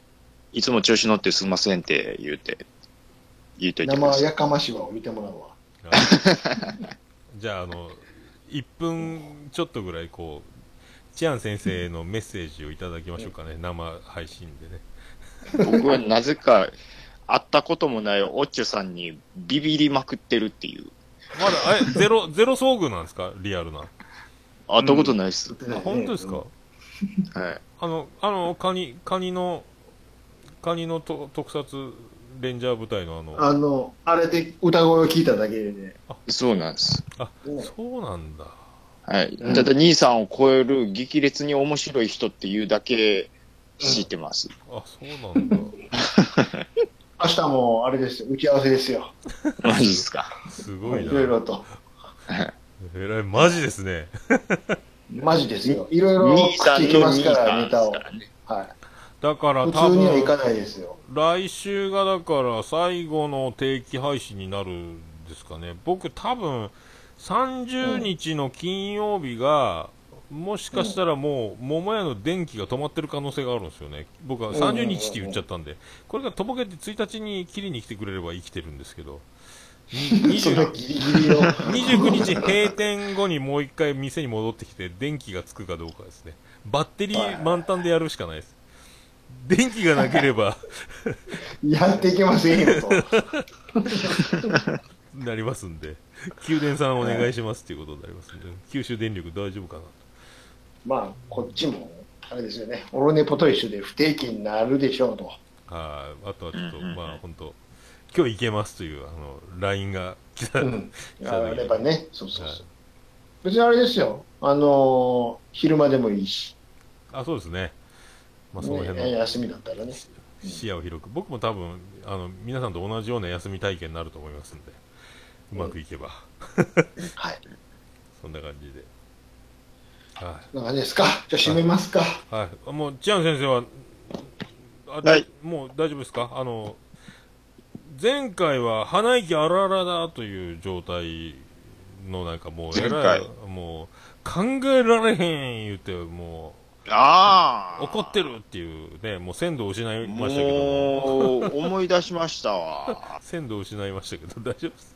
いつも調子乗ってすんませんって言うて、言うといてくだ
生
さい。
やかましはを見てもらうわ。
はいじゃあ、あの、1分ちょっとぐらい、こう、チアン先生のメッセージをいただきましょうかね、生配信でね。
僕はなぜか、会ったこともないオッチョさんにビビりまくってるっていう。
まだ、 あれ、ゼロ、ゼロ遭遇なんですかリアルな。
会ったことないっす。
あ本当ですか、
はい。
あの、あの、カニ、カニの、カニのと特撮レンジャー部隊のあの、
あの、あれで歌声を聞いただけで、
そうなんです。
ね
そうなんだ。
はい。
うん
ただ、兄さんを超える激烈に面白い人っていうだけ知ってます。
あ、そうなんだ。
明日もあれですよ、打ち合わせですよ。
マジですか。
す
い
ご
ろ
いな。
いろと。
えらい、マジですね。
マジですよ。いろいろ
兄
食
さ
って
ん
いき
の
ます
兄
か
さ
ら、
ん
ネ
で
タ
す
を
か。らね。
は
だから多
い。普通にはいか
分、
ないですよ。
来週がだから最後の定期配信になるんですかね。僕多分、30日の金曜日が、もしかしたらもう、桃屋の電気が止まってる可能性があるんですよね。僕は30日って言っちゃったんで。これがとぼけて1日に切りに来てくれれば生きてるんですけど。 に
そ
20
のギリギリを。
29日閉店後にもう一回店に戻ってきて、電気がつくかどうかですね。バッテリー満タンでやるしかない です。電気がなければ
やっていけませんよと。
なりますんで、給電さんお願いしますっていうことになりますんで、九州電力大丈夫かな
まあ、こっちも、あれですよね、オロネポと一緒で不定期になるでしょうと。
はい、あとはちょっと、
うんうんうん
まあ本当、今日行けますという、あの、LINE が来た、
うん。
来た
あ
時
ればね、そうそう
はい
そう。別にあれですよ、あのー昼間でもいいし、
あ、そうですね。まあその辺の
ね、休みだったらね。
視野を広く、僕も多分あの皆さんと同じような休み体験になると思いますんで、うまくいけば、
はい。
そんな感じで。は
なんかですかじゃあ閉めますか。
い、はいあ、もう、チアン先生は、あ
はい
もう大丈夫ですかあの、前回は鼻息あらあらだという状態のなんかもう、え
前
ら
回
い、もう、考えられへん言うて、も
あ
う、
あ。
怒ってるっていうね、もう鮮度を失いましたけども、
もう、思い出しましたわ。
鮮度を失いましたけど、大丈夫です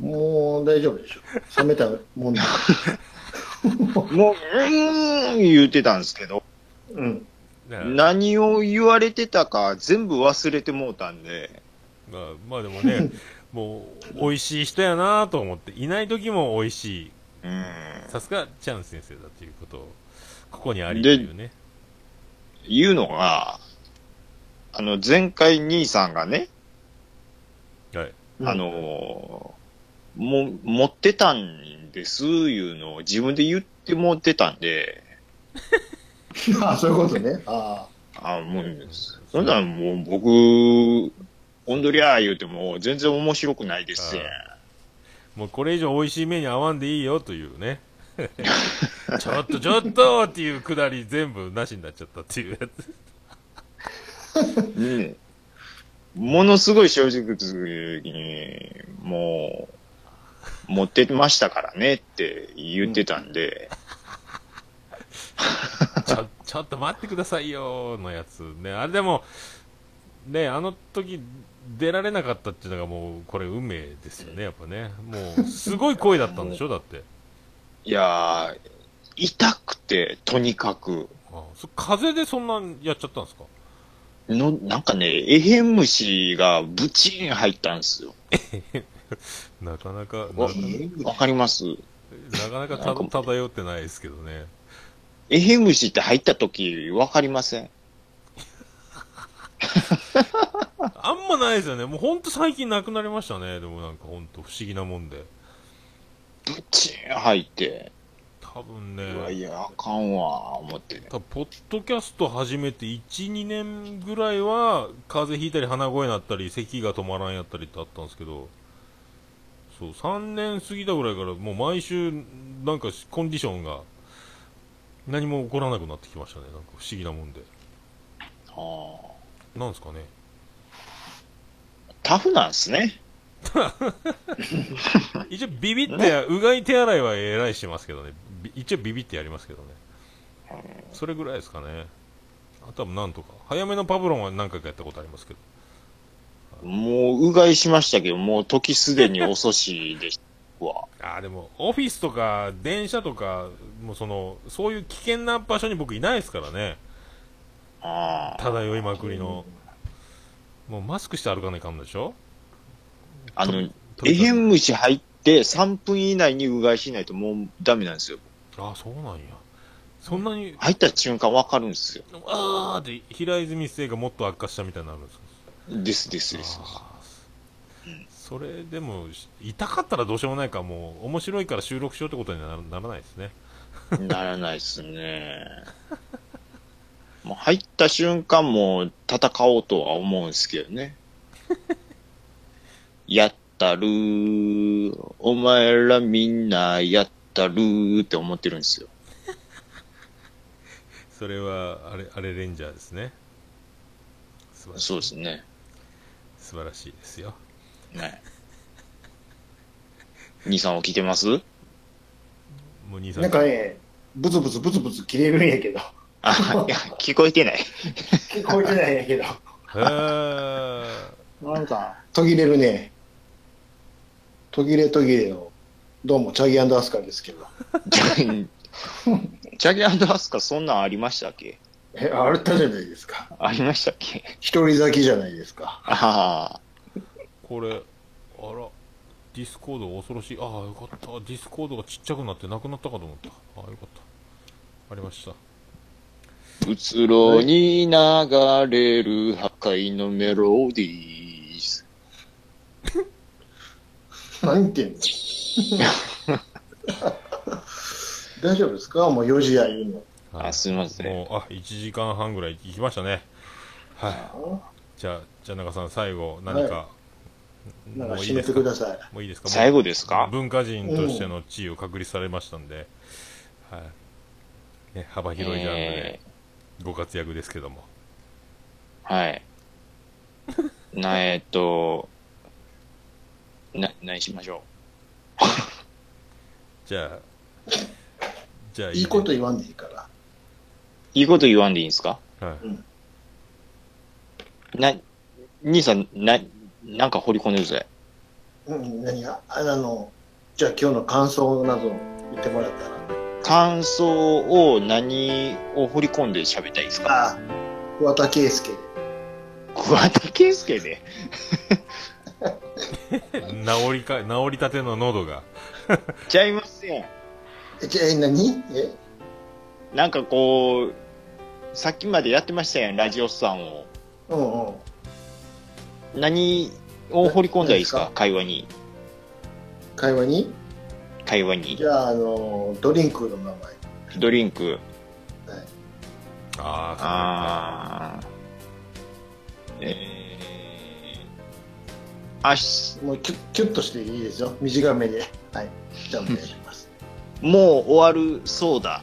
もう大丈夫でしょ。冷めたもんだ。
もう、うーん、言ってたんですけど、
うん。
ね
何を言われてたか全部忘れてもうたんで、
まあ、まあでもね、 もう、美味しい人やなと思って、いない時も美味しい。
うん。
さすが、チャン先生だということを、ここにありというね。
言うのが、あの、前回兄さんがね、
はい。
あのーも、持ってたんです、いうのを自分で言って持ってたんで、
ああ、そういうことね。あ
あもう、そんなんもう僕、オンドリアー言うても全然面白くないですやん。
もうこれ以上美味しい目に合わんでいいよという ね。ちょっとちょっとっていうくだり全部なしになっちゃったっていうやつ。
ねものすごい正直に、もう、持ってましたからねって言ってたんで、
ちょ、ちょっと待ってくださいよのやつね。あれでも、ね、あの時出られなかったっていうのがもう、これ運命ですよね、やっぱね。もう、すごい声だったんで しょだって。
いやー、痛くて、とにかく、
あそ風でそんなんやっちゃったんですか
の、なんかね、エヘン虫がブチン入ったんですよ。
なかなか、な
わ
かな
わかります
かなかた漂ってないですけど ね。
エヘン虫って入った時、わかりません。
あんまないですよね。もうほんと最近なくなりましたね。でもなんかほんと不思議なもんで。
ブチン入って、
多分
うわ、い
ね、
や、あかんわ、思って。
多分ポッドキャスト始めて1、2年ぐらいは、風邪ひいたり鼻声になったり、咳が止まらんやったりってあったんですけど、そう、3年過ぎたぐらいからもう毎週、なんかコンディションが、何も起こらなくなってきましたね。なんか不思議なもんで。
あー
なんですかね。
タフなんですね。
一応ビビって、うがい手洗いはえらいしますけどね。び一応ビビってやりますけどね。それぐらいですかね。あとはなんとか。早めのパブロンは何回かやったことありますけど。
もう、うがいしましたけど、もう時すでに遅しでしたわ。
ああ、でも、オフィスとか、電車とか、もうその、そういう危険な場所に僕いないですからね。
ああ
漂いまくりの。もうマスクして歩かないかんのでしょ
あの、
と
エ
にかく
ヘン虫入って3分以内にうがいしないともうダメなんですよ。
ああ、そうなんや。そんなに、
入った瞬間わかるんですよ。
ああって、平泉成がもっと悪化したみたいになるんですか
ですですです。
あーそれでも痛かったらどうしようもないからもう面白いから収録しようってことにはならならないですね
ならないですね。 もう入った瞬間もう戦おうとは思うんですけどね。 やったるー、お前らみんなやったるーって思ってるんですよ。
それはあれあれレンジャーですね素晴らしい
そうですね。
素晴らしいですよ
ね。 兄さん起きてます
もう兄さん
なんかね、ブツブツブツブツ切れるんやけど、
あ、いや、聞こえてない。
聞こえてないんやけ
へー
ど、なんか途切れるね。途切れ途切れの、どうもチャギアンダースカーですけど。
チャギアンドアスカそんなんありましたっけ
え、あれたじゃないですか。
ありましたっけ
一人咲きじゃないですか。
ああ、
これあらディスコード恐ろしいああよかったディスコードがちっちゃくなってなくなったかと思ったああよかったありました
うつろに流れる破壊のメロディー。
何言ってん の大丈夫ですかもう4時や言うの。
はい
あ、すみません。
もうあ1時間半ぐらい行きましたねはいじゃあじゃあ中さん最後何か、
なんか
もういい
締
で
め
す
て
か
ください。
もういいですか
最後です
もう
か
文化人としての地位を確立されましたんで、はいね、幅広いジャンルで
え
ご活躍ですけども、
ー はい。な、えっと、な、何しましょ
じゃあじゃあ
いいこと言わんでいいから。
う。いいこと言わんでいいんですか
はい、
な、兄さん、な、なんか掘り込んでるぜ。
うん、何がああの、じゃあ今日の感想など言ってもらったら。
感想を何を掘り込んで喋ったらいいですか
ああ、桑田佳祐。
桑田佳祐で。
治りか治りたての喉が
ちゃいますやん。
え、じゃあ、え、何え
なんかこう、さっきまでやってましたやん、ラジオさんを。
うんうん。
何を掘り込んだらいいです
何
か会話に。
会話に
会話
じ
に。
ゃあ、あの、ドリンクの名前。
ドリンク。
ああ
あー。えー、あし、
もうキュッ、キュッとしていいですよ。短めで。はい。じゃあ、お願いし ます。
もう終わるそうだ。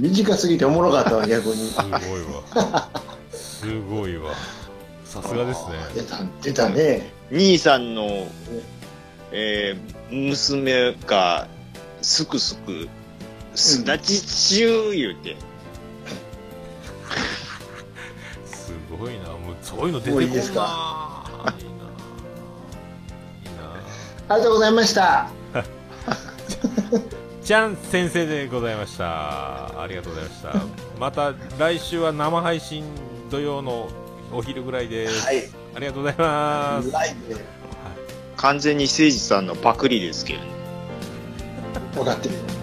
短すぎておもろかったわ、逆に。
そうかすごいわすごいわさすがですね
出た、出たね。
兄さんの、えー、娘が、すくすく、すだち中言うて。
すごいなもうそういうの出てこん
もう
ない
い
い
です
いなぁいいなぁ
ありがとうございました。
ちゃん先生でございましたありがとうございましたまた来週は生配信土曜のお昼ぐらいです、
はい。
ありがとうございます
ライブで
完全に誠治さんのパクリですけどね
分かってるよ。